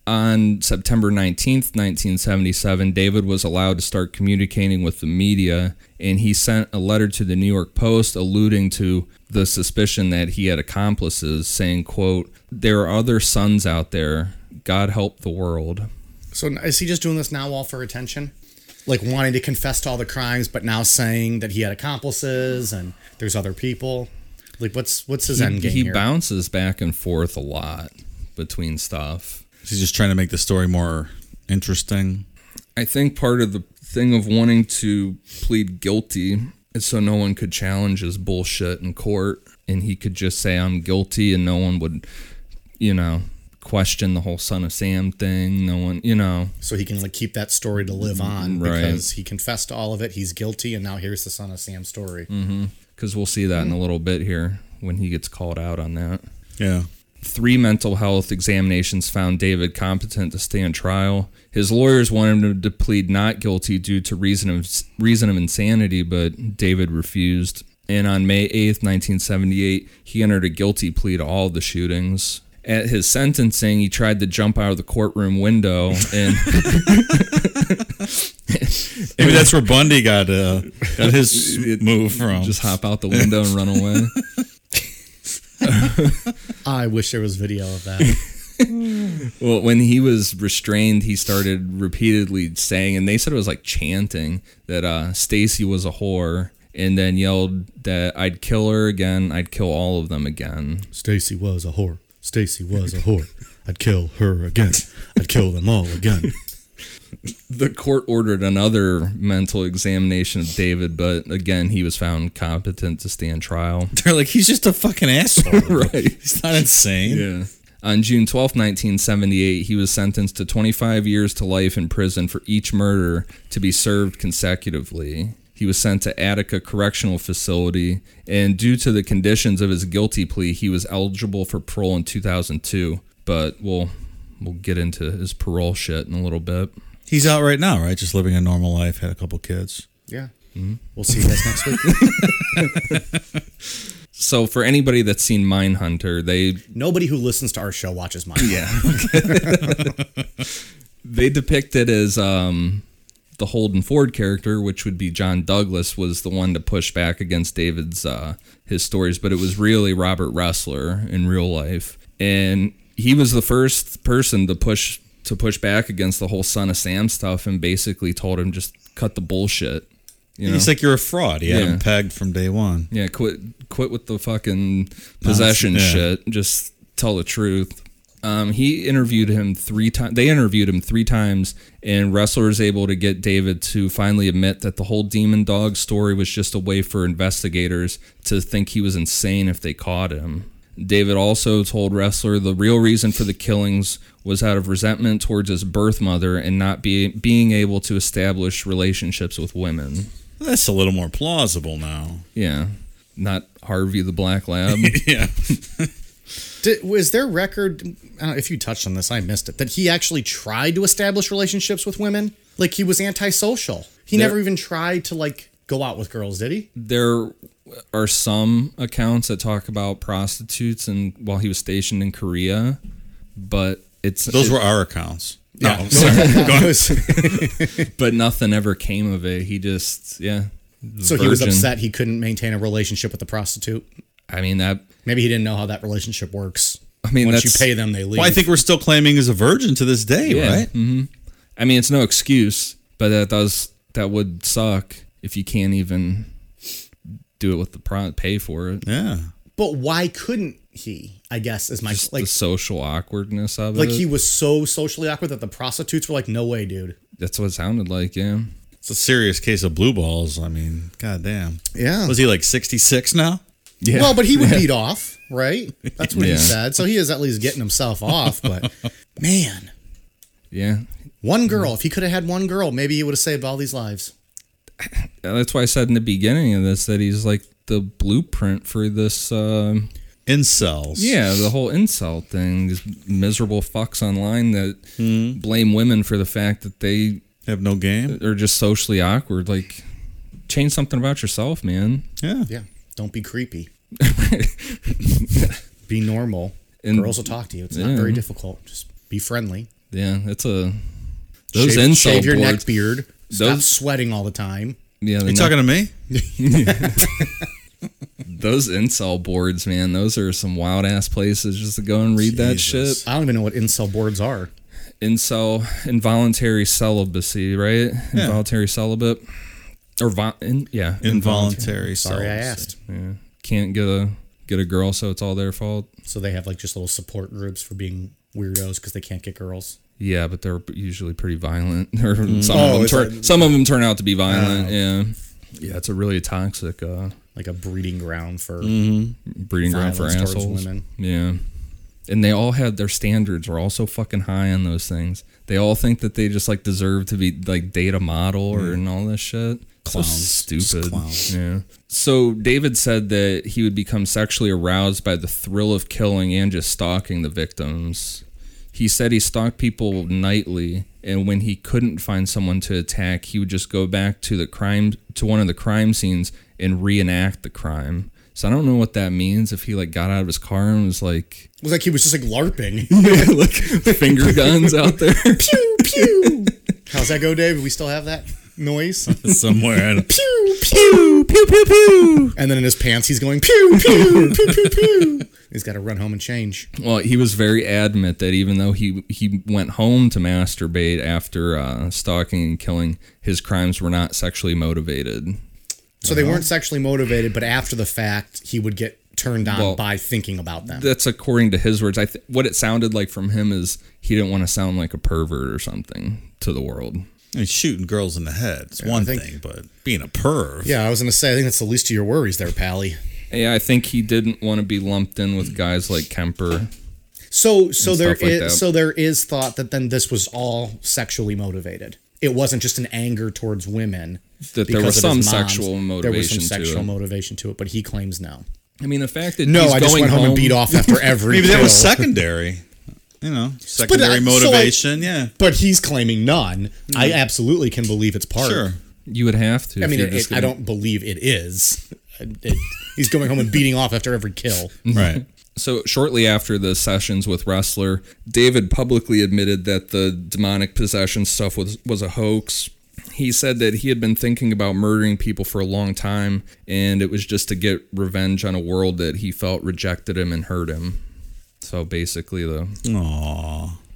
S3: On September 19th, 1977, David was allowed to start communicating with the media, and he sent a letter to the New York Post alluding to the suspicion that he had accomplices, saying, quote, There are other sons out there. God help the world.
S2: So is he just doing this now all for attention? Like wanting to confess to all the crimes, but now saying that he had accomplices and there's other people. Like what's what's his end
S3: he
S2: game
S3: he
S2: here?
S3: bounces back and forth a lot between stuff.
S4: He's just trying to make the story more interesting.
S3: I think part of the thing of wanting to plead guilty is so no one could challenge his bullshit in court and he could just say I'm guilty and no one would, you know, question the whole son of Sam thing. No one, you know,
S2: so he can like keep that story to live on
S3: Mm, Right.
S2: because he confessed to all of it. He's guilty, and now here's the son of Sam story.
S3: Mm. cuz we'll see that in a little bit here when he gets called out on that.
S4: Yeah.
S3: Three mental health examinations found David competent to stand trial. His lawyers wanted him to plead not guilty due to reason of reason of insanity, but David refused. And on May 8th, 1978, he entered a guilty plea to all the shootings. At his sentencing, he tried to jump out of the courtroom window and
S4: Maybe that's where Bundy got uh, got his move from.
S3: just hop out the window and run away.
S2: I wish there was video of that.
S3: Well, when he was restrained, he started repeatedly saying, and they said it was like chanting that uh, Stacy was a whore, and then yelled that I'd kill her again, I'd kill all of them again.
S2: Stacy was a whore. Stacy was a whore. I'd kill her again. I'd kill them all again.
S3: The court ordered another mental examination of David, but again, he was found competent to stand trial.
S4: They're like, he's just a fucking asshole.
S3: right.
S4: He's not insane.
S3: Yeah. On June twelfth, 1978, he was sentenced to 25 years to life in prison for each murder to be served consecutively. He was sent to Attica Correctional Facility, and due to the conditions of his guilty plea, he was eligible for parole in 2002. But we'll we'll get into his parole shit in a little bit.
S4: He's out right now, right? Just living a normal life, had a couple kids.
S2: Yeah.
S3: Mm.
S2: We'll see you guys next week.
S3: So for anybody that's seen Mindhunter, they
S2: Nobody who listens to our show watches mine. Yeah.
S3: they depict it as um, the Holden Ford character, which would be John Douglas, was the one to push back against David's uh, his stories, but it was really Robert Ressler in real life, and he was the first person to push to push back against the whole Son of Sam stuff, and basically told him just cut the bullshit. You know?
S4: He's like, you're a fraud. He had
S3: Yeah.
S4: him pegged from day one.
S3: Yeah, quit quit with the fucking possession
S4: Nonsense, yeah.
S3: shit. Just tell the truth. Um, he interviewed him three times. They interviewed him three times, and Wrestler is able to get David to finally admit that the whole demon dog story was just a way for investigators to think he was insane if they caught him. David also told Wrestler the real reason for the killings was out of resentment towards his birth mother and not be, being able to establish relationships with women.
S4: That's a little more plausible now.
S3: Yeah. Not Harvey the Black Lab.
S4: yeah.
S5: Did, was there record? I don't know if you touched on this. I missed it. That he actually tried to establish relationships with women. Like he was antisocial. He
S3: There-
S5: never even tried to like go out with girls, did he?
S3: there are some accounts that talk about prostitutes and while he was stationed in Korea, but it's
S4: Those were our accounts. No,
S5: Yeah.
S4: I'm sorry. Go on.
S3: but nothing ever came of it. He just yeah.
S5: So he was
S3: virgin.
S5: upset he couldn't maintain a relationship with the prostitute.
S3: I mean that.
S5: Maybe he didn't know how that relationship works.
S3: I mean
S5: Once you
S3: that's-
S5: pay them, they leave.
S4: Well, I think we're still claiming as a virgin to this day,
S3: Yeah.
S4: right?
S3: Mm-hmm. I mean it's no excuse, but that does that would suck if you can't even do it with the pro pay for it.
S4: Yeah.
S5: but why couldn't he? I guess is my like
S3: the social awkwardness of
S5: like
S3: it.
S5: he was so socially awkward that the prostitutes were like, no way, dude.
S3: that's what it sounded like. Yeah.
S4: It's a serious case of blue balls. I mean, goddamn.
S5: Yeah.
S4: Was he like 66 now?
S3: Yeah.
S5: Well, but he would beat off, right? That's what he
S3: Yeah.
S5: said. So he is at least getting himself off. But man,
S3: yeah.
S5: one girl. If he could have had one girl, maybe he would have saved all these lives.
S3: that's why I said in the beginning of this that he's like the blueprint for this. um
S4: Incels.
S3: yeah, the whole incel thing. These miserable fucks online that
S5: Hmm.
S3: blame women for the fact that they
S4: Have no game.
S3: are just socially awkward. Like, change something about yourself, man.
S4: Yeah.
S5: Yeah. Don't be creepy. be normal.
S3: And-
S5: Girls will talk to you. It's not very difficult. Just be friendly.
S3: Yeah, that's a those
S5: shave,
S3: incel
S5: shave your
S3: boards-
S5: neck beard. Stop
S3: Those-
S5: sweating all the time.
S3: Yeah,
S4: You
S3: they're
S4: talking to me?
S3: those incel boards, man. Those are some wild ass places just to go and read that shit.
S5: I don't even know what incel boards are.
S3: incel involuntary celibacy, right? Involuntary celibate or vo- in, yeah,
S4: Involuntary.
S5: Sorry, I
S4: cells.
S5: asked.
S3: involuntary. Yeah. Can't get a get a girl, so it's all their fault.
S5: So they have like just little support groups for being weirdos because they can't get girls.
S3: Yeah, but they're usually pretty violent. Or some of them
S5: Mm. Oh, it's
S3: turn some of them turn out to be violent. Yeah, yeah, it's a really toxic uh,
S5: Like a breeding ground for
S3: breeding ground for
S5: Violence towards
S3: assholes.
S5: women.
S3: Yeah. And they all had their standards were all so fucking high on those things. They all think that they just like deserve to be like data model or and all this shit.
S4: Mm. Clowns.
S3: so
S4: Just
S3: stupid.
S4: clowns.
S3: Yeah. So David said that he would become sexually aroused by the thrill of killing and just stalking the victims. He said he stalked people nightly, and when he couldn't find someone to attack, he would just go back to the crime to one of the crime scenes and reenact the crime. So I don't know what that means. If he like got out of his car and was like
S5: It was like he was just like LARPing.
S3: finger guns out there,
S5: pew pew. How's that go, Dave? We still have that noise.
S4: Somewhere. I don't-
S5: pew pew pew pew pew. And then in his pants, he's going pew pew pew pew pew. He's got to run home and change.
S3: Well, he was very adamant that even though he he went home to masturbate after uh, stalking and killing, his crimes were not sexually motivated.
S5: So
S3: Uh-huh.
S5: they weren't sexually motivated, but after the fact, he would get turned on
S3: Well,
S5: by thinking about them.
S3: That's according to his words. I th- what it sounded like from him is he didn't want to sound like a pervert or something to the world.
S4: I mean, shooting girls in the head is one
S5: think-
S4: thing, but being a perv.
S5: yeah, I was gonna say. I think that's the least of your worries, there, Pally.
S3: Yeah, I think he didn't want to be lumped in with guys like Kemper.
S5: So so there
S3: stuff like
S5: is
S3: that.
S5: so there is thought that then this was all sexually motivated. It wasn't just an anger towards women.
S3: That there
S5: because
S3: was
S5: of his
S3: some
S5: mom's.
S3: sexual
S5: There was
S3: motivation
S5: some
S3: to
S5: sexual
S3: it.
S5: motivation to it, but he claims no.
S3: I mean, the fact that
S5: No,
S3: he's
S5: I
S3: going
S5: just went home,
S3: home
S5: and beat off after every.
S4: Maybe that was
S5: kill.
S4: secondary. You know, secondary
S5: so, like-
S4: motivation. yeah.
S5: But he's claiming none. I absolutely can believe it's part.
S4: Sure.
S3: You would have to.
S5: I
S3: if
S5: mean,
S3: you're
S5: it,
S3: just
S5: it- I
S3: gonna-
S5: don't believe it is. It- he's going home and beating off after every kill.
S4: Right.
S3: So, shortly after the sessions with Wrestler, David publicly admitted that the demonic possession stuff was, was a hoax. he said that he had been thinking about murdering people for a long time and it was just to get revenge on a world that he felt rejected him and hurt him. So basically the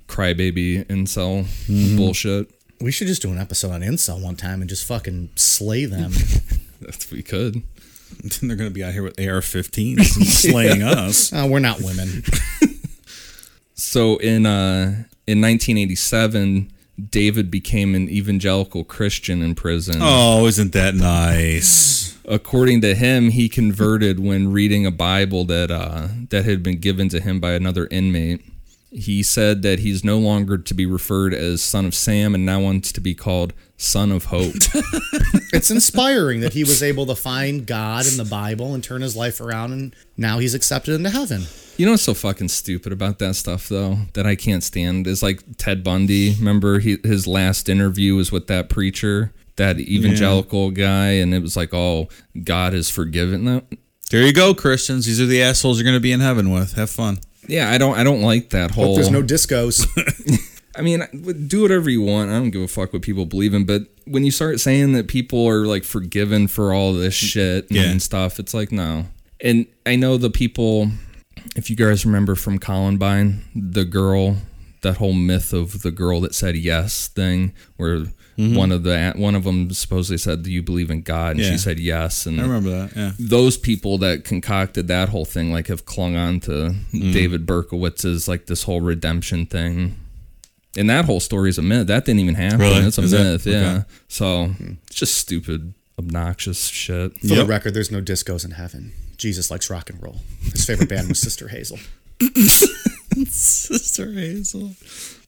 S3: crybaby incel
S5: Mm-hmm.
S3: bullshit.
S5: We should just do an episode on incel one time and just fucking slay them.
S3: That's we could.
S4: They're going to be out here with AR-15s and slaying us.
S5: oh, we're not women.
S3: So in uh in 1987 David became an evangelical Christian in prison.
S4: Oh, isn't that nice?
S3: According to him, he converted when reading a Bible that uh, that had been given to him by another inmate. He said that he's no longer to be referred as son of Sam and now wants to be called son of hope.
S5: It's inspiring that he was able to find God in the Bible and turn his life around, and now he's accepted into heaven.
S3: you know what's so fucking stupid about that stuff though that I can't stand is like Ted Bundy. Remember he, his last interview was with that preacher, that evangelical guy, and it was like, oh, God has forgiven them.
S4: There you go, Christians. These are the assholes you're going to be in heaven with. Have fun.
S3: Yeah, I don't I don't like that whole.
S5: But there's no discos.
S3: I mean, do whatever you want. I don't give a fuck what people believe in. But when you start saying that people are like forgiven for all this shit
S4: Mm, Yeah.
S3: and stuff, it's like, no. And I know the people, if you guys remember from Columbine, the girl, that whole myth of the girl that said yes thing, where one of the one of them supposedly said, "Do you believe in God?" and
S4: Mm-hmm. Yeah.
S3: she said yes, and
S4: I remember that. Yeah.
S3: those people that concocted that whole thing like have clung on to
S4: Mm.
S3: David Berkowitz's like this whole redemption thing. And that whole story is a myth. That didn't even happen.
S4: Really?
S3: It's a
S4: Is it?
S3: myth, yeah.
S4: Okay.
S3: So it's just stupid, obnoxious shit.
S5: For the
S4: Yep.
S5: record, there's no discos in heaven. Jesus likes rock and roll. His favorite band was Sister Hazel.
S4: Sister Hazel.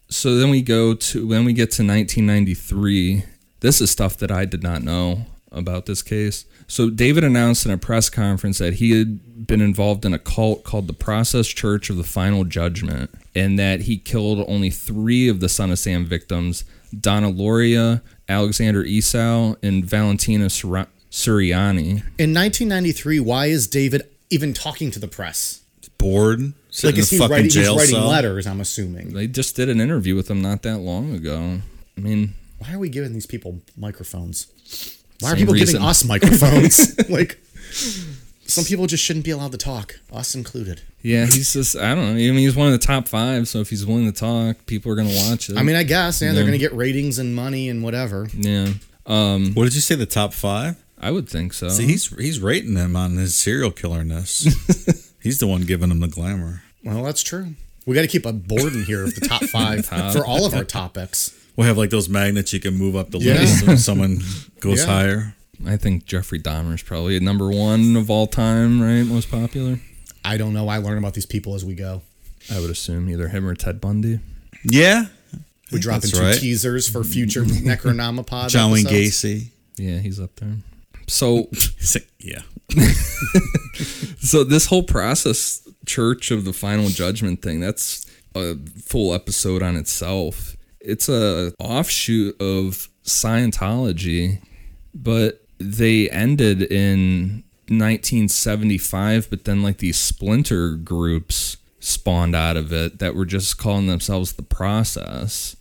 S3: So then we go to when we get to 1993. This is stuff that I did not know about this case. So David announced in a press conference that he had been involved in a cult called the Process Church of the Final Judgment and that he killed only 3 of the Son of Sam victims, Donna Loria, Alexander Esau, and Valentina Sur- Suriani.
S5: In 1993, why is David even talking to the press?
S4: Bored. Sitting
S5: Like, is
S4: in
S5: he
S4: a fucking
S5: writing, he's
S4: jail
S5: writing
S4: cell.
S5: letters, I'm assuming.
S3: They just did an interview with him not that long ago. I mean,
S5: Why are we giving these people microphones? Why are
S3: Same
S5: people
S3: reason.
S5: giving us microphones? like, some people just shouldn't be allowed to talk, us included.
S3: yeah, he's just, I don't know. I mean, he's one of the top five, so if he's willing to talk, people are going to watch it.
S5: I mean,
S4: Mm.
S5: I guess, yeah, they're going to get ratings and money and whatever.
S3: Yeah,
S4: What did you say? The top five?
S3: I would think so.
S4: See, he's he's rating them on his serial killerness. he's the one giving them the glamour.
S5: Well, that's true. We got to keep a board in here of the top five for all of our topics.
S4: We'll have like those magnets you can move up the
S5: Yeah.
S4: list when someone goes
S5: Yeah.
S4: higher.
S3: I think Jeffrey Dahmer's probably at number one of all time, right? Most popular.
S5: I don't know. I learn about these people as we go.
S3: I would assume either him or Ted Bundy.
S4: Yeah.
S5: We drop
S4: that's
S5: into
S4: right.
S5: teasers for future Necronomipod.
S4: John Wayne
S5: episodes.
S4: Gacy.
S3: Yeah, he's up there. So,
S4: He's like, yeah.
S3: so this whole process, Church of the Final Judgment thing, that's a full episode on itself. It's a offshoot of Scientology, but they ended in 1975. But then, like these splinter groups spawned out of it that were just calling themselves the Process.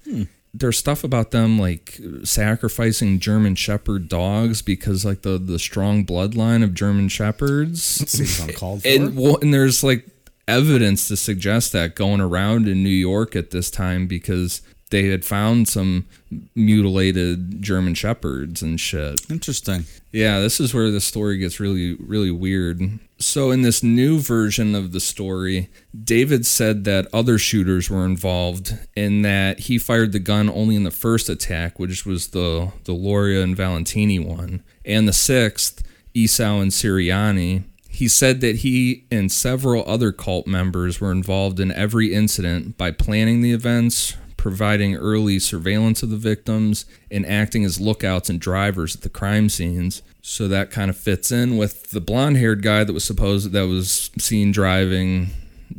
S3: There's stuff about them like sacrificing German Shepherd dogs because like the the strong bloodline of German Shepherds
S5: Seems uncalled for.
S3: and well, and there's like evidence to suggest that going around in New York at this time because they had found some mutilated German shepherds and shit.
S4: Interesting.
S3: Yeah, this is where the story gets really, really weird. So, in this new version of the story, David said that other shooters were involved and that he fired the gun only in the first attack, which was the, the Loria and Valentini one, and the sixth, Esau and Siriani. He said that he and several other cult members were involved in every incident by planning the events, providing early surveillance of the victims, and acting as lookouts and drivers at the crime scenes. So that kind of fits in with the blonde-haired guy that was supposed that was seen driving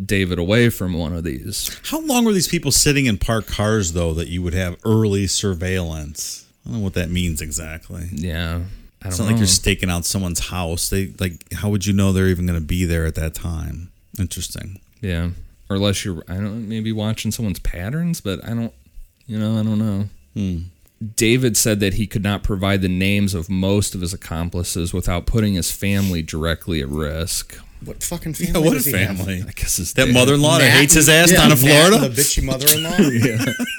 S3: David away from one of these.
S4: How long were these people sitting in parked cars though that you would have early surveillance? I don't know what that means exactly.
S3: Yeah, I don't
S4: It's
S3: know.
S4: not like you're staking out someone's house. They like how would you know they're even going to be there at that time? Interesting.
S3: yeah, or unless you're I don't maybe watching someone's patterns, but I don't. You know, I don't know. David said that he could not provide the names of most of his accomplices without putting his family directly at risk.
S5: What fucking family?
S4: Yeah, what a
S5: does he have?
S4: family.
S3: I guess it's
S4: That mother-in-law that hates his ass down in
S5: Nat and
S4: Florida.
S5: The bitchy mother-in-law.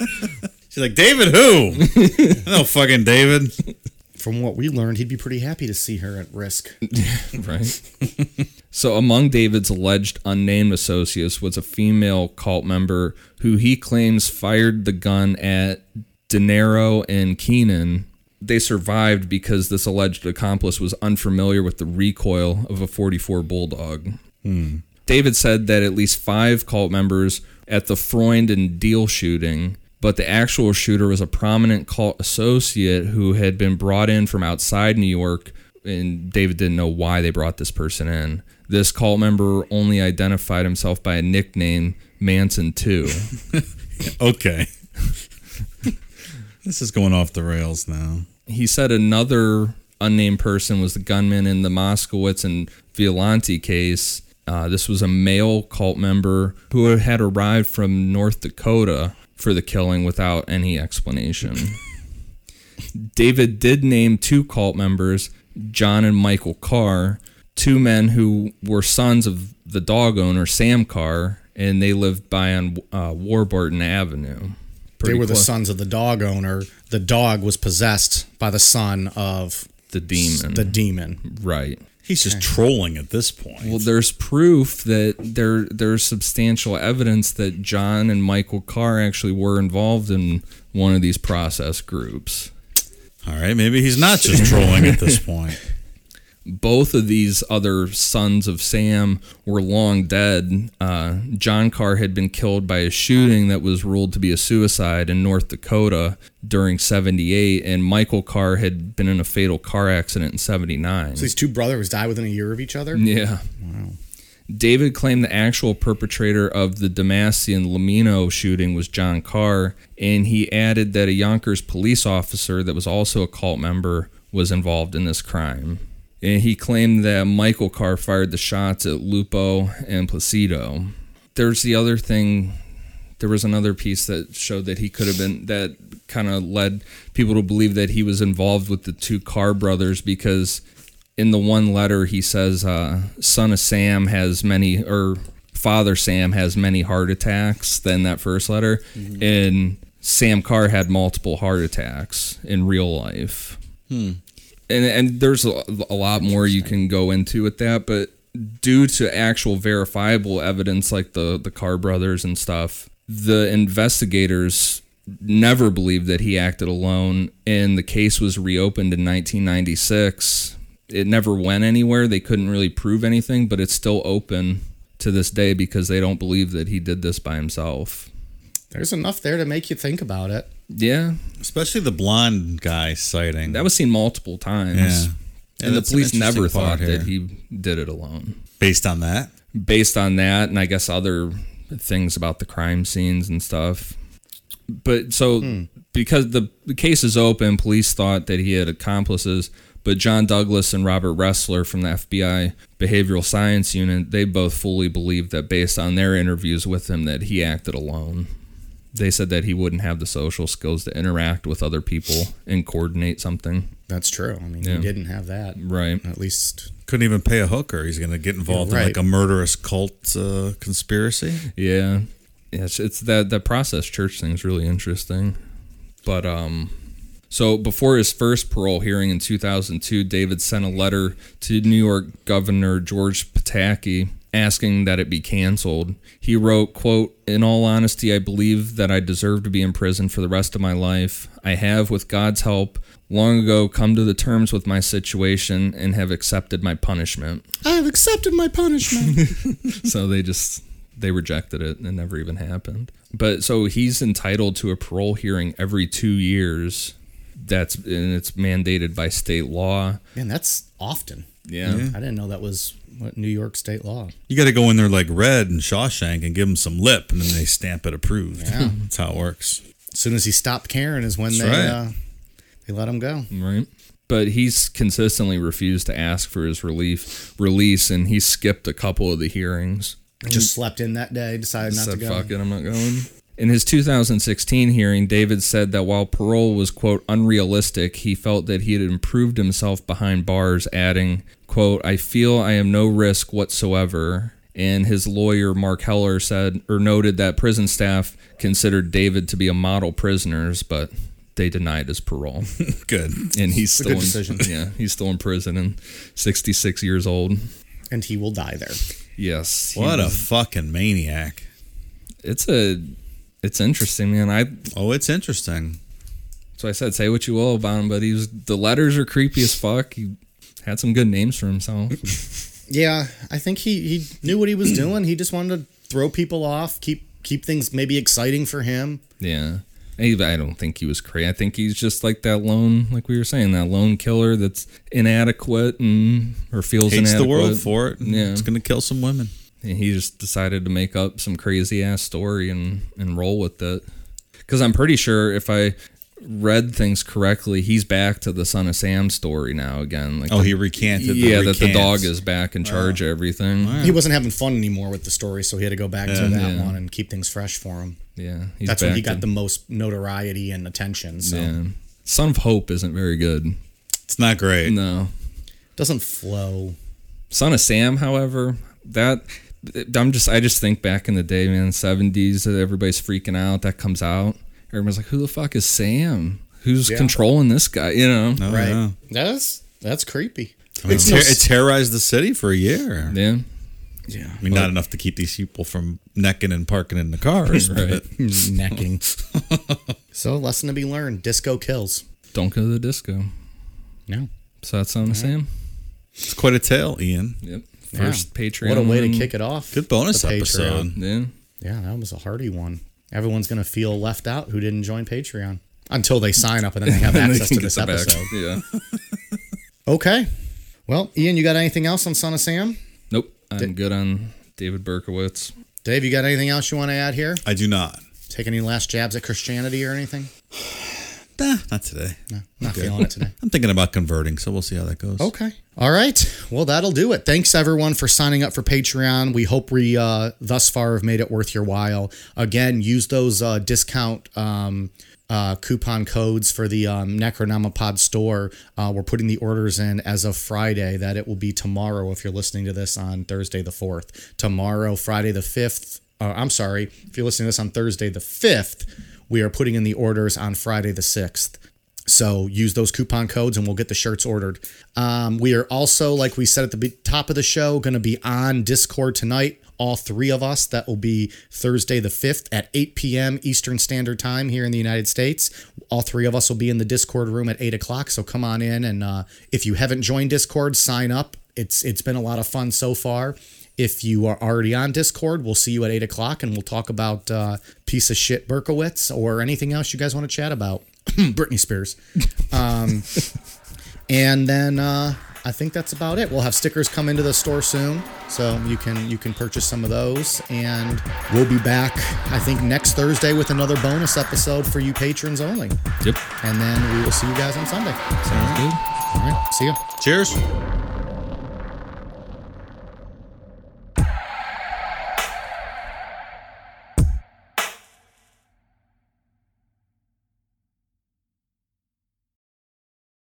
S4: She's like, David, who? no fucking David.
S5: From what we learned, he'd be pretty happy to see her at risk.
S3: right? so, among David's alleged unnamed associates was a female cult member who he claims fired the gun at De Niro and Keenan. They survived because this alleged accomplice was unfamiliar with the recoil of a 44 Bulldog. David said that at least five cult members at the Freund and Deal shooting, but the actual shooter was a prominent cult associate who had been brought in from outside New York, and David didn't know why they brought this person in. This cult member only identified himself by a nickname, Manson 2.
S4: Okay. this is going off the rails now.
S3: he said another unnamed person was the gunman in the Moskowitz and Violante case. Uh, this was a male cult member who had arrived from North Dakota for the killing without any explanation. David did name two cult members, John and Michael Carr, two men who were sons of the dog owner Sam Carr, and they lived by on uh, Warburton Avenue.
S5: they
S3: Pretty
S5: were the
S3: close-
S5: sons of the dog owner. The dog was possessed by the son of
S3: the demon,
S5: the demon.
S3: right?
S4: He's just trolling at this point.
S3: Well, there's proof that there there's substantial evidence that John and Michael Carr actually were involved in one of these process groups.
S4: All right, maybe he's not just trolling at this point.
S3: Both of these other sons of Sam were long dead. Uh, John Carr had been killed by a shooting that was ruled to be a suicide in North Dakota during 78, and Michael Carr had been in a fatal car accident in 79.
S5: These two brothers died within a year of each other.
S3: Yeah. Wow. David claimed the actual perpetrator of the Damascus Lamino shooting was John Carr, and he added that a Yonkers police officer that was also a cult member was involved in this crime. And he claimed that Michael Carr fired the shots at Lupo and Placido. There's the other thing. There was another piece that showed that he could have been, that kind of led people to believe that he was involved with the two Carr brothers because in the one letter he says uh, son of sam has many or father sam has many heart attacks than that first letter and sam carr had multiple heart attacks in real life and and there's a, a lot more you can go into with that, but due to actual verifiable evidence like the the Carr brothers and stuff, the investigators never believed that he acted alone, and the case was reopened in 1996. It never went anywhere. They couldn't really prove anything, but it's still open to this day because they don't believe that he did this by himself.
S5: There's enough there to make you think about it.
S3: Yeah,
S4: Especially the blonde guy sighting.
S3: that was seen multiple times.
S4: Yeah. Yeah,
S3: And the
S4: that's an
S3: police never
S4: interesting part
S3: thought that he
S4: here.
S3: did it alone.
S4: based on that.
S3: based on that and I guess other things about the crime scenes and stuff. But so because the, the case is open, police thought that he had accomplices, but John Douglas and Robert Ressler from the FBI Behavioral Science Unit, they both fully believed that based on their interviews with him that he acted alone. They said that he wouldn't have the social skills to interact with other people and coordinate something.
S5: That's true. I mean, he didn't have that.
S3: Right.
S5: At least
S4: Couldn't even pay a hooker. He's going to get involved in
S5: Right.
S4: like a murderous cult uh, conspiracy.
S3: Yeah. Yeah, it's, it's that that process church thing is really interesting. But um so before his first parole hearing in 2002, David sent a letter to New York Governor George Pataki asking that it be canceled. He wrote, quote, "In all honesty, I believe that I deserve to be in prison for the rest of my life. I have with God's help long ago come to the terms with my situation and have accepted my punishment."
S5: I have accepted my punishment.
S3: so they just they rejected it and it never even happened but so he's entitled to a parole hearing every two years that's and it's mandated by state law
S5: Man, that's often.
S3: yeah,
S5: I didn't know that was what New York state law.
S4: You got to go in there like Red and Shawshank and give him some lip, and then they stamp it approved. Yeah. That's how it works.
S5: As soon as he stopped caring, is when they
S4: right.
S5: uh, they let him go.
S3: Mm-hmm. right but he's consistently refused to ask for his relief release and he skipped a couple of the hearings
S5: Just slept in that day, decided not to
S3: said
S5: go.
S3: fuck it i'm not going In his 2016 hearing, David said that while parole was, quote, unrealistic, he felt that he had improved himself behind bars, adding, quote, I feel I am no risk whatsoever. And his lawyer, Mark Heller, said or noted that prison staff considered David to be a model prisoners, but they denied his parole.
S4: Good.
S3: And he's
S5: a
S3: still
S5: good
S3: in,
S5: decision.
S3: yeah, he's still in prison and 66 years old.
S5: and he will die there.
S3: Yes. he
S4: What a
S3: was-
S4: fucking maniac.
S3: it's a it's interesting, man. I
S4: Oh, it's interesting.
S3: So I said, say what you will about him, but he was the letters are creepy as fuck. He had some good names for himself.
S5: Yeah, I think he he knew what he was doing. He just wanted to throw people off, keep keep things maybe exciting for him.
S3: yeah. I I don't think he was crazy. I think he's just like that lone, like we were saying, that lone killer that's inadequate and or feels
S4: Hates
S3: inadequate.
S4: the world for it. and
S3: Yeah.
S4: It's going to kill some women.
S3: And he just decided to make up some crazy ass story and and roll with it. Because I'm pretty sure if I read things correctly, he's back to the Son of Sam story now again. Like,
S4: Oh, he recanted.
S3: yeah,
S4: the
S3: that the
S4: recant.
S3: dog is back in charge of everything.
S5: He wasn't having fun anymore with the story, so he had to go back to that one and keep things fresh for him.
S3: Yeah, he's
S5: That's when he
S3: back to-
S5: got the most notoriety and attention. So
S3: Yeah. Son of Hope isn't very good.
S4: It's not great.
S3: No.
S5: doesn't flow.
S3: Son of Sam, however, that I'm just I just think back in the day, man, seventies, everybody's freaking out, that comes out. Everyone's like, Who the fuck is Sam? Who's controlling this guy? You know?
S4: Oh,
S5: Right.
S4: yeah.
S5: That's that's creepy.
S4: I mean,
S5: It's
S4: it,
S5: no
S4: ter-
S5: s-
S4: it terrorized the city for a year.
S3: Yeah.
S4: I mean, not enough to keep these people from necking and parking in the cars.
S3: Right.
S4: but-
S5: necking. so lesson to be learned: disco kills.
S3: Don't go to the disco.
S5: No.
S3: So that's Son of Sam.
S4: It's quite a tale, Ian.
S3: Yep. First Patreon.
S5: What a way to
S3: one.
S5: kick it off.
S4: Good bonus
S5: The Patreon.
S4: episode.
S3: Yeah.
S5: Yeah, that was a hearty one. Everyone's gonna feel left out who didn't join Patreon until they sign up and then they have
S3: They
S5: access
S3: can get
S5: to this
S3: the back.
S5: episode.
S3: Yeah.
S5: Okay. Well, Ian, you got anything else on Son of Sam?
S3: Nope. I'm good on David Berkowitz.
S5: Dave, you got anything else you want to add here?
S4: I do not.
S5: Take any last jabs at Christianity or anything?
S4: Nah, not today.
S5: No, not feeling it today.
S4: I'm thinking about converting, so we'll see how that goes.
S5: Okay. All right. Well, that'll do it. Thanks everyone for signing up for Patreon. We hope we uh, thus far have made it worth your while. Again, use those uh, discount um, uh, coupon codes for the um, Necronomipod store. Uh, we're putting the orders in as of Friday. That it will be tomorrow if you're listening to this on Thursday the fourth. Tomorrow, Friday the fifth. Uh, I'm sorry. If you're listening to this on Thursday the fifth, we are putting in the orders on Friday the sixth. So use those coupon codes and we'll get the shirts ordered. Um, we are also, like we said at the be- top of the show, going to be on Discord tonight. All three of us. That will be Thursday the 5th at 8 p.m. Eastern Standard Time here in the United States. All three of us will be in the Discord room at 8 o'clock. So come on in. And uh, if you haven't joined Discord, sign up. It's It's been a lot of fun so far. If you are already on Discord, we'll see you at 8 o'clock and we'll talk about uh, piece of shit Berkowitz or anything else you guys want to chat about. Britney Spears. Um, and then uh, I think that's about it. We'll have stickers come into the store soon, so you can you can purchase some of those. And we'll be back, I think, next Thursday with another bonus episode for you patrons only.
S3: Yep.
S5: And then we will see you guys on Sunday.
S3: Sounds good.
S5: All right, see ya.
S4: Cheers.
S5: Cheers.